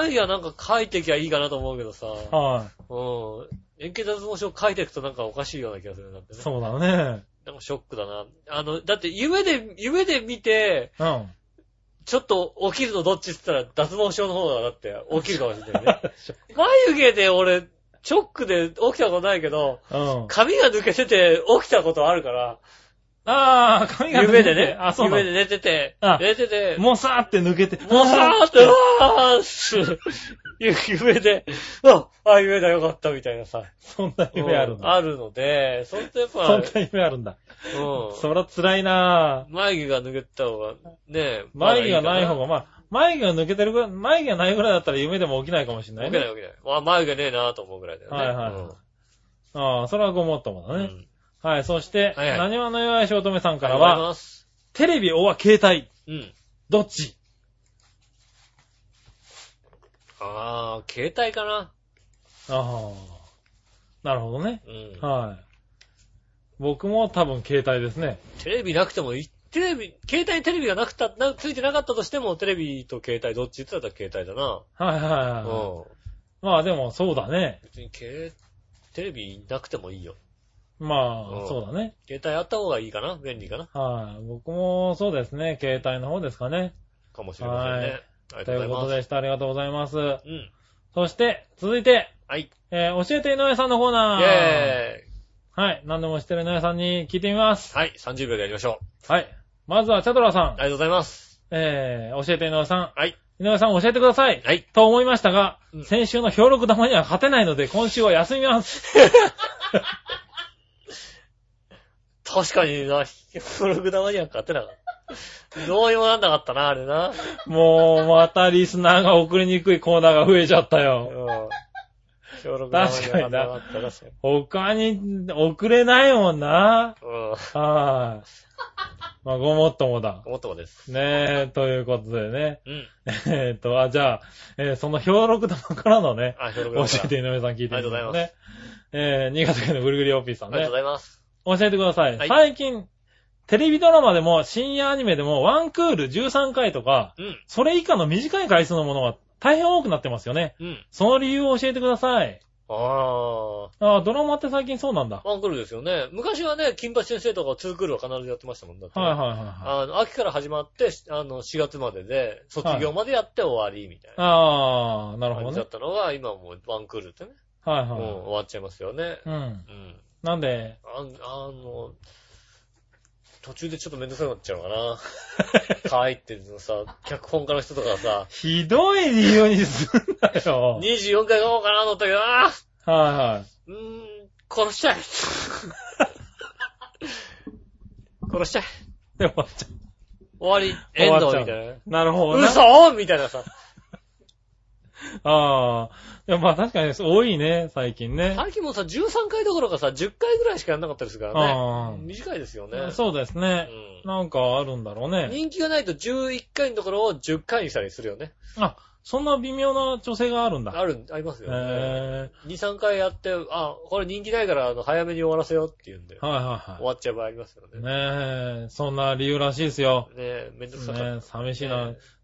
眉毛はなんか描いてきゃいいかなと思うけどさ。う。はうん。円形脱毛症描いていくとなんかおかしいような気がするんだってい。ね。そうだね。なんかショックだな。あの、だって夢で、夢で見て、うん。ちょっと起きるのどっちって言ったら脱毛症の方がだって起きるかもしれない ね。眉毛で俺、ショックで起きたことないけど、うん。髪が抜けてて起きたことあるから、ああ、髪が抜け夢てでね、あ、そうだ夢で寝てて、あ寝てて、もうさーって抜けて。もうさーって、うわーっす、 夢で、あ、あ、夢だよかったみたいなさ、そんな夢あるんうんだ。あるので、そんとやっそぱん、な夢あるんだ。うんそら辛いなぁ。眉毛が抜けてた方が、ね眉毛がない方が。が、まあ、眉毛が抜けてるぐらい、眉毛がないぐらいだったら夢でも起きないかもしれな起いきなね。い起きない。あ、眉毛ねえなと思うぐらいだよね。はいはいうんああ、それはごもっともだうね。んはい、そして、はいはい何話の弱いしおとめさんからありがとうございは、ますテレビおは携帯、うん。どっちあー、携帯かな。ああ、なるほどね。うん。はい。僕も多分携帯ですね。テレビなくてもいい。テレビ、携帯にテレビがなくた、なついてなかったとしても、テレビと携帯どっちって言ったら携帯だな。はいはいはういはん。い。まあでもそうだね。別に携、テレビなくてもいいよ。まうあ、んそうだね。携帯あった方がいいかな便利かなはい。僕もそうですね。携帯の方ですかね。かもしれませんね。ありがととうございういことます。でした。ありがとうございます。うん。そして、続いて、はい。えー教えて井上さんのコイーェナーー。はい。何でも知ってる井上さんに聞いてみます。イはい。30秒でやりましょう。はい。まずは、チャドラさあんり。がとうございます。えー、教えて井上さん。はい。井上さん教えてください。はい。と思いましたが、うん先週の評録玉には勝てないので、今週は休みます。 確かにな、 ブログ玉には勝てなかった。どうにもなんなかったな、あれな。もう、またリスナーが送りにくいコーナーが増えちゃったうよ。ん。小6玉には勝てなかったらしい。他に、送れないもんな。うん。はい。まあ、ごもっともだ。思ったもです。ねえ、ということでね。 うん。えっと、あ、じゃあ、えーその評録玉からのね、あ、教広えて井上さん聞いてみありがとうございますね。えー、新潟県のぐるぐるおっぴーさあんりがとうねご。ざいます。教えてください。はい最近、テレビドラマでも深夜アニメでもワンクール13回とか、うん。それ以下の短い回数のものが大変多くなってますよね。うん。その理由を教えてください。あああ、ドラマって最近そうなんだ。あ。ワンクールですよね。昔はね、金八先生とかツークールは必ずやってましたもんだって。はいはいはいはい。あの、秋から始まって、あの、4月までで、卒業までやって終わりみたいなああ、なるほ感どじだねっ。たのが、今もうワンクールってね、はいもうは終わっちゃいますよね。い。うん。うん。なんで、ああの、途中でちょっとめんどくさくなっちゃうのか な。書いてるのさ、脚本家の人とかがさ、ひどい理由にすんなよ。 24回書こうかなと思ったけど、ああはいはうーん、殺しちゃえ。殺しちゃえ。い。で、終わっちゃ終わり、終エンわっちゃうドみたいなね。う。なるほどな。嘘みたいなさ。ああ。いや、まあ確かに多いね、最近ね。最近もさ、13回どころかさ、10回ぐらいしかやんなかったですからねう。ん短いですよね。そうですね。うなんかあるんだろうねん。。人気がないと11回のところを10回にしたりするよね。あ、そんな微妙な調整があるんだ。ある、ありますよね。へ2、3回やって、あ、これ人気ないから、あの、早めに終わらせようっていうんでぇ、ー。はいはい終はわっちゃう場合ありますよい。ね。ねえ、そんな理由らしいですよ。ねえ、めんどくさかねっえ、た。寂しねい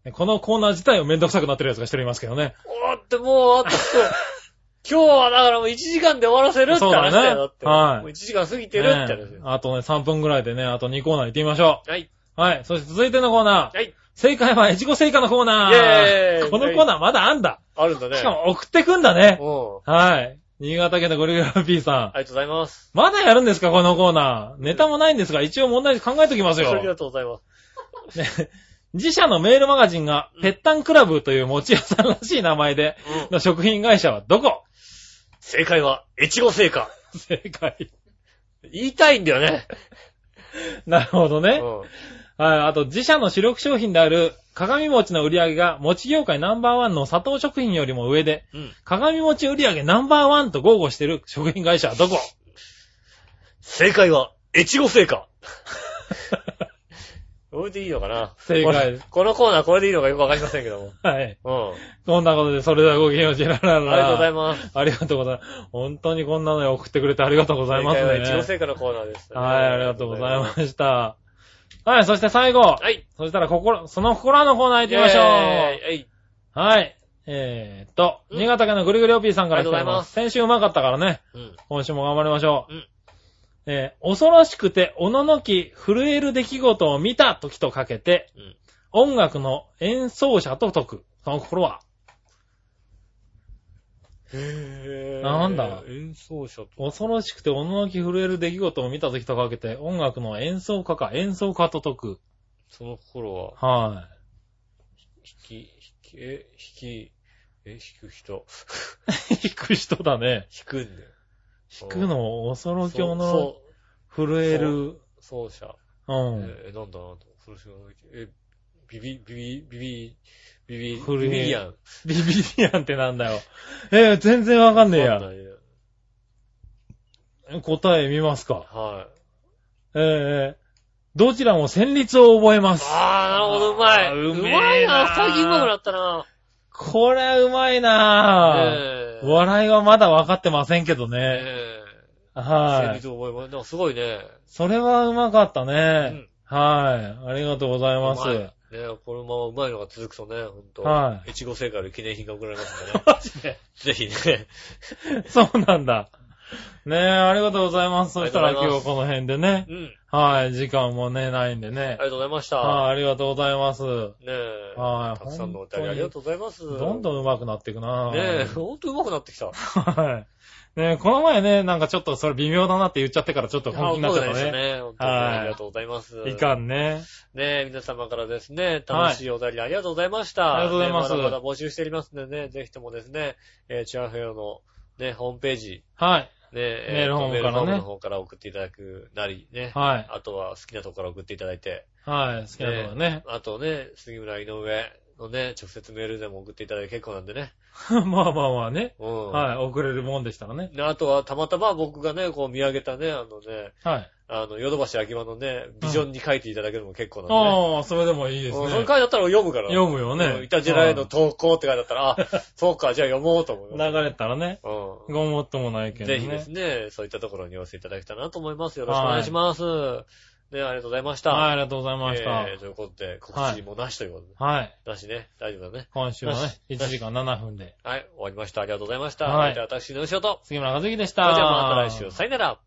な。このコーナー自体をめんどくさくなってるやつが一人いますけどね。終わってもう、あと、 今日はだからもう1時間で終わらせるってそうだね話だよ、だって。はいもう1時間過ぎてるって話ねだえよ。あとね、3分ぐらいでね、あと2コーナー行ってみましょはい。はい。そして続いてのコーナー。はい。正解は、越後製菓のコーナー。イェーイこのコーナーまだあんだ。あるんだね。しかも送ってくんだね。うん。はい。新潟県のゴリラ P さん。ありがとうございます。まだやるんですか、このコーナー。ネタもないんですが、一応問題考えときますそれありよ。がとうございます。ね自社のメールマガジンが、ぺったんクラブという餅屋さんらしい名前で、うん。の食品会社はどこ正解は、越後製菓。正解。言いたいんだよね。なるほどね。うん。はい、あと自社の主力商品である鏡餅の売り上げが餅業界ナンバーワンの砂糖食品よりも上で、うん。鏡餅売り上げナンバーワンと豪語してる食品会社はどこ正解は、越後製菓。これでいいのかな正解ですこのこのコーナーこれでいいのかよくわかりませんけども。はい。うん。こんなことでそれではごきげんよう、ジェララありがとうございラ。ます。ありがとうございます。本当にこんなの送ってくれてありがとうございます正解は越後ね。製菓のコーナーです。はい、ありがとうございす。ました。はい、そして最後。はい。そしたら、ここ、その心のコーナー行ってみましょう。はい。はい。えーっと、うん新潟県のぐりぐりおぴーさんから来ておありりがとうございまますす。先週うまかったからね。うん。今週も頑張りましょう。うんえー恐ろしくて、おののき、震える出来事を見た時とかけて、うん音楽の演奏者と解く。その心は、へーなんだ演奏者と。恐ろしくて、おののき、震える出来事を見た時とかけて、音楽の演奏家か、演奏家と解く。その心は、は引き、引き、え、引き、え、引く人。い。 弾く人だね。引くんだよ。弾くの、恐ろき、おののそき、震える。う、そう奏者。うん。えー、なんだなんだ。それしかないけどえ、ビビ、ビビ、ビビ、ビビ、震えビビリアン。ビビリアンってなんだよ。えー、全然わかんねえわかや。んないね答え見ますか。はい。えー、どちらも旋律を覚えます。あー、なるほど、うまあい。ーううめえなまいな。最近うまくなったな。これはうまいなぁ。ええ。笑いはまだ分かってませんけどね。ええ。は旋い。律を覚えます。なんかすごいね。それはうまかったうねん。。はい。ありがとうございまうまいす。ねこのままうまいのが続くとね、ほんと。。はい。越後製から記念品が送られますんでね マジでぜひね。 そうなんだ。ねえ、ありがとうございます。そしたらありがとう今ございま日この辺でね。うん。はい。時間もね、ないんでねあり。がとうございました。はい。ありがとうございます。どねえ。はいたくさんのお便りありがとうございます。んどん上手くなっていくなぁ。ねえ、ほんと上手くなってきた。はい。ねえ、この前ね、なんかちょっとそれ微妙だなって言っちゃってからちょっと本気になっちゃあそうっでたすね。ね。本当にはいありがとうございます。いかんね。ねえ、皆様からですね、楽しいお便りありがとうございました。ありがとうございますねまだまだ募集しておりますんでね、ぜひともですね、えーチュアフェオのね、ホームページ、はい。ね、えーメールフォームからねメの方から送っていただくなり、ね。はい。あとは好きなとこから送っていただいて、はい。好きなのはね。あとね、杉村井上のね、直接メールでも送っていただいて結構なんでね。まあ まあまあね。うん。はい。遅れるもんでしたらね。であとはたまたま僕がね、こう見上げたね、あのね、はい。あの、ヨドバシ秋葉のね、ビジョンに書いていただけるのも結構なんでね。ああ、それでもいいですうんそれね。書いてあったら読むから。読むよねうんイタジェラへの投稿って書いてあったら、あ、そうか、じゃあ読もうと思います。流れたらね。うごもっともないけん。どね。ぜひですね、そういったところにお寄せいただけたらなと思います。よろしくお願いします。ね、ありがとうございました。はい、ありがとうございましえーた。ということで、告知もなしということで。はい。なしね、大丈夫だね。今週はよねし、 1時間7分で。はい、終わりました。ありがとうございました。はいじゃあ私の仕事。杉村和樹でした。それじゃあまた来週、さよなら。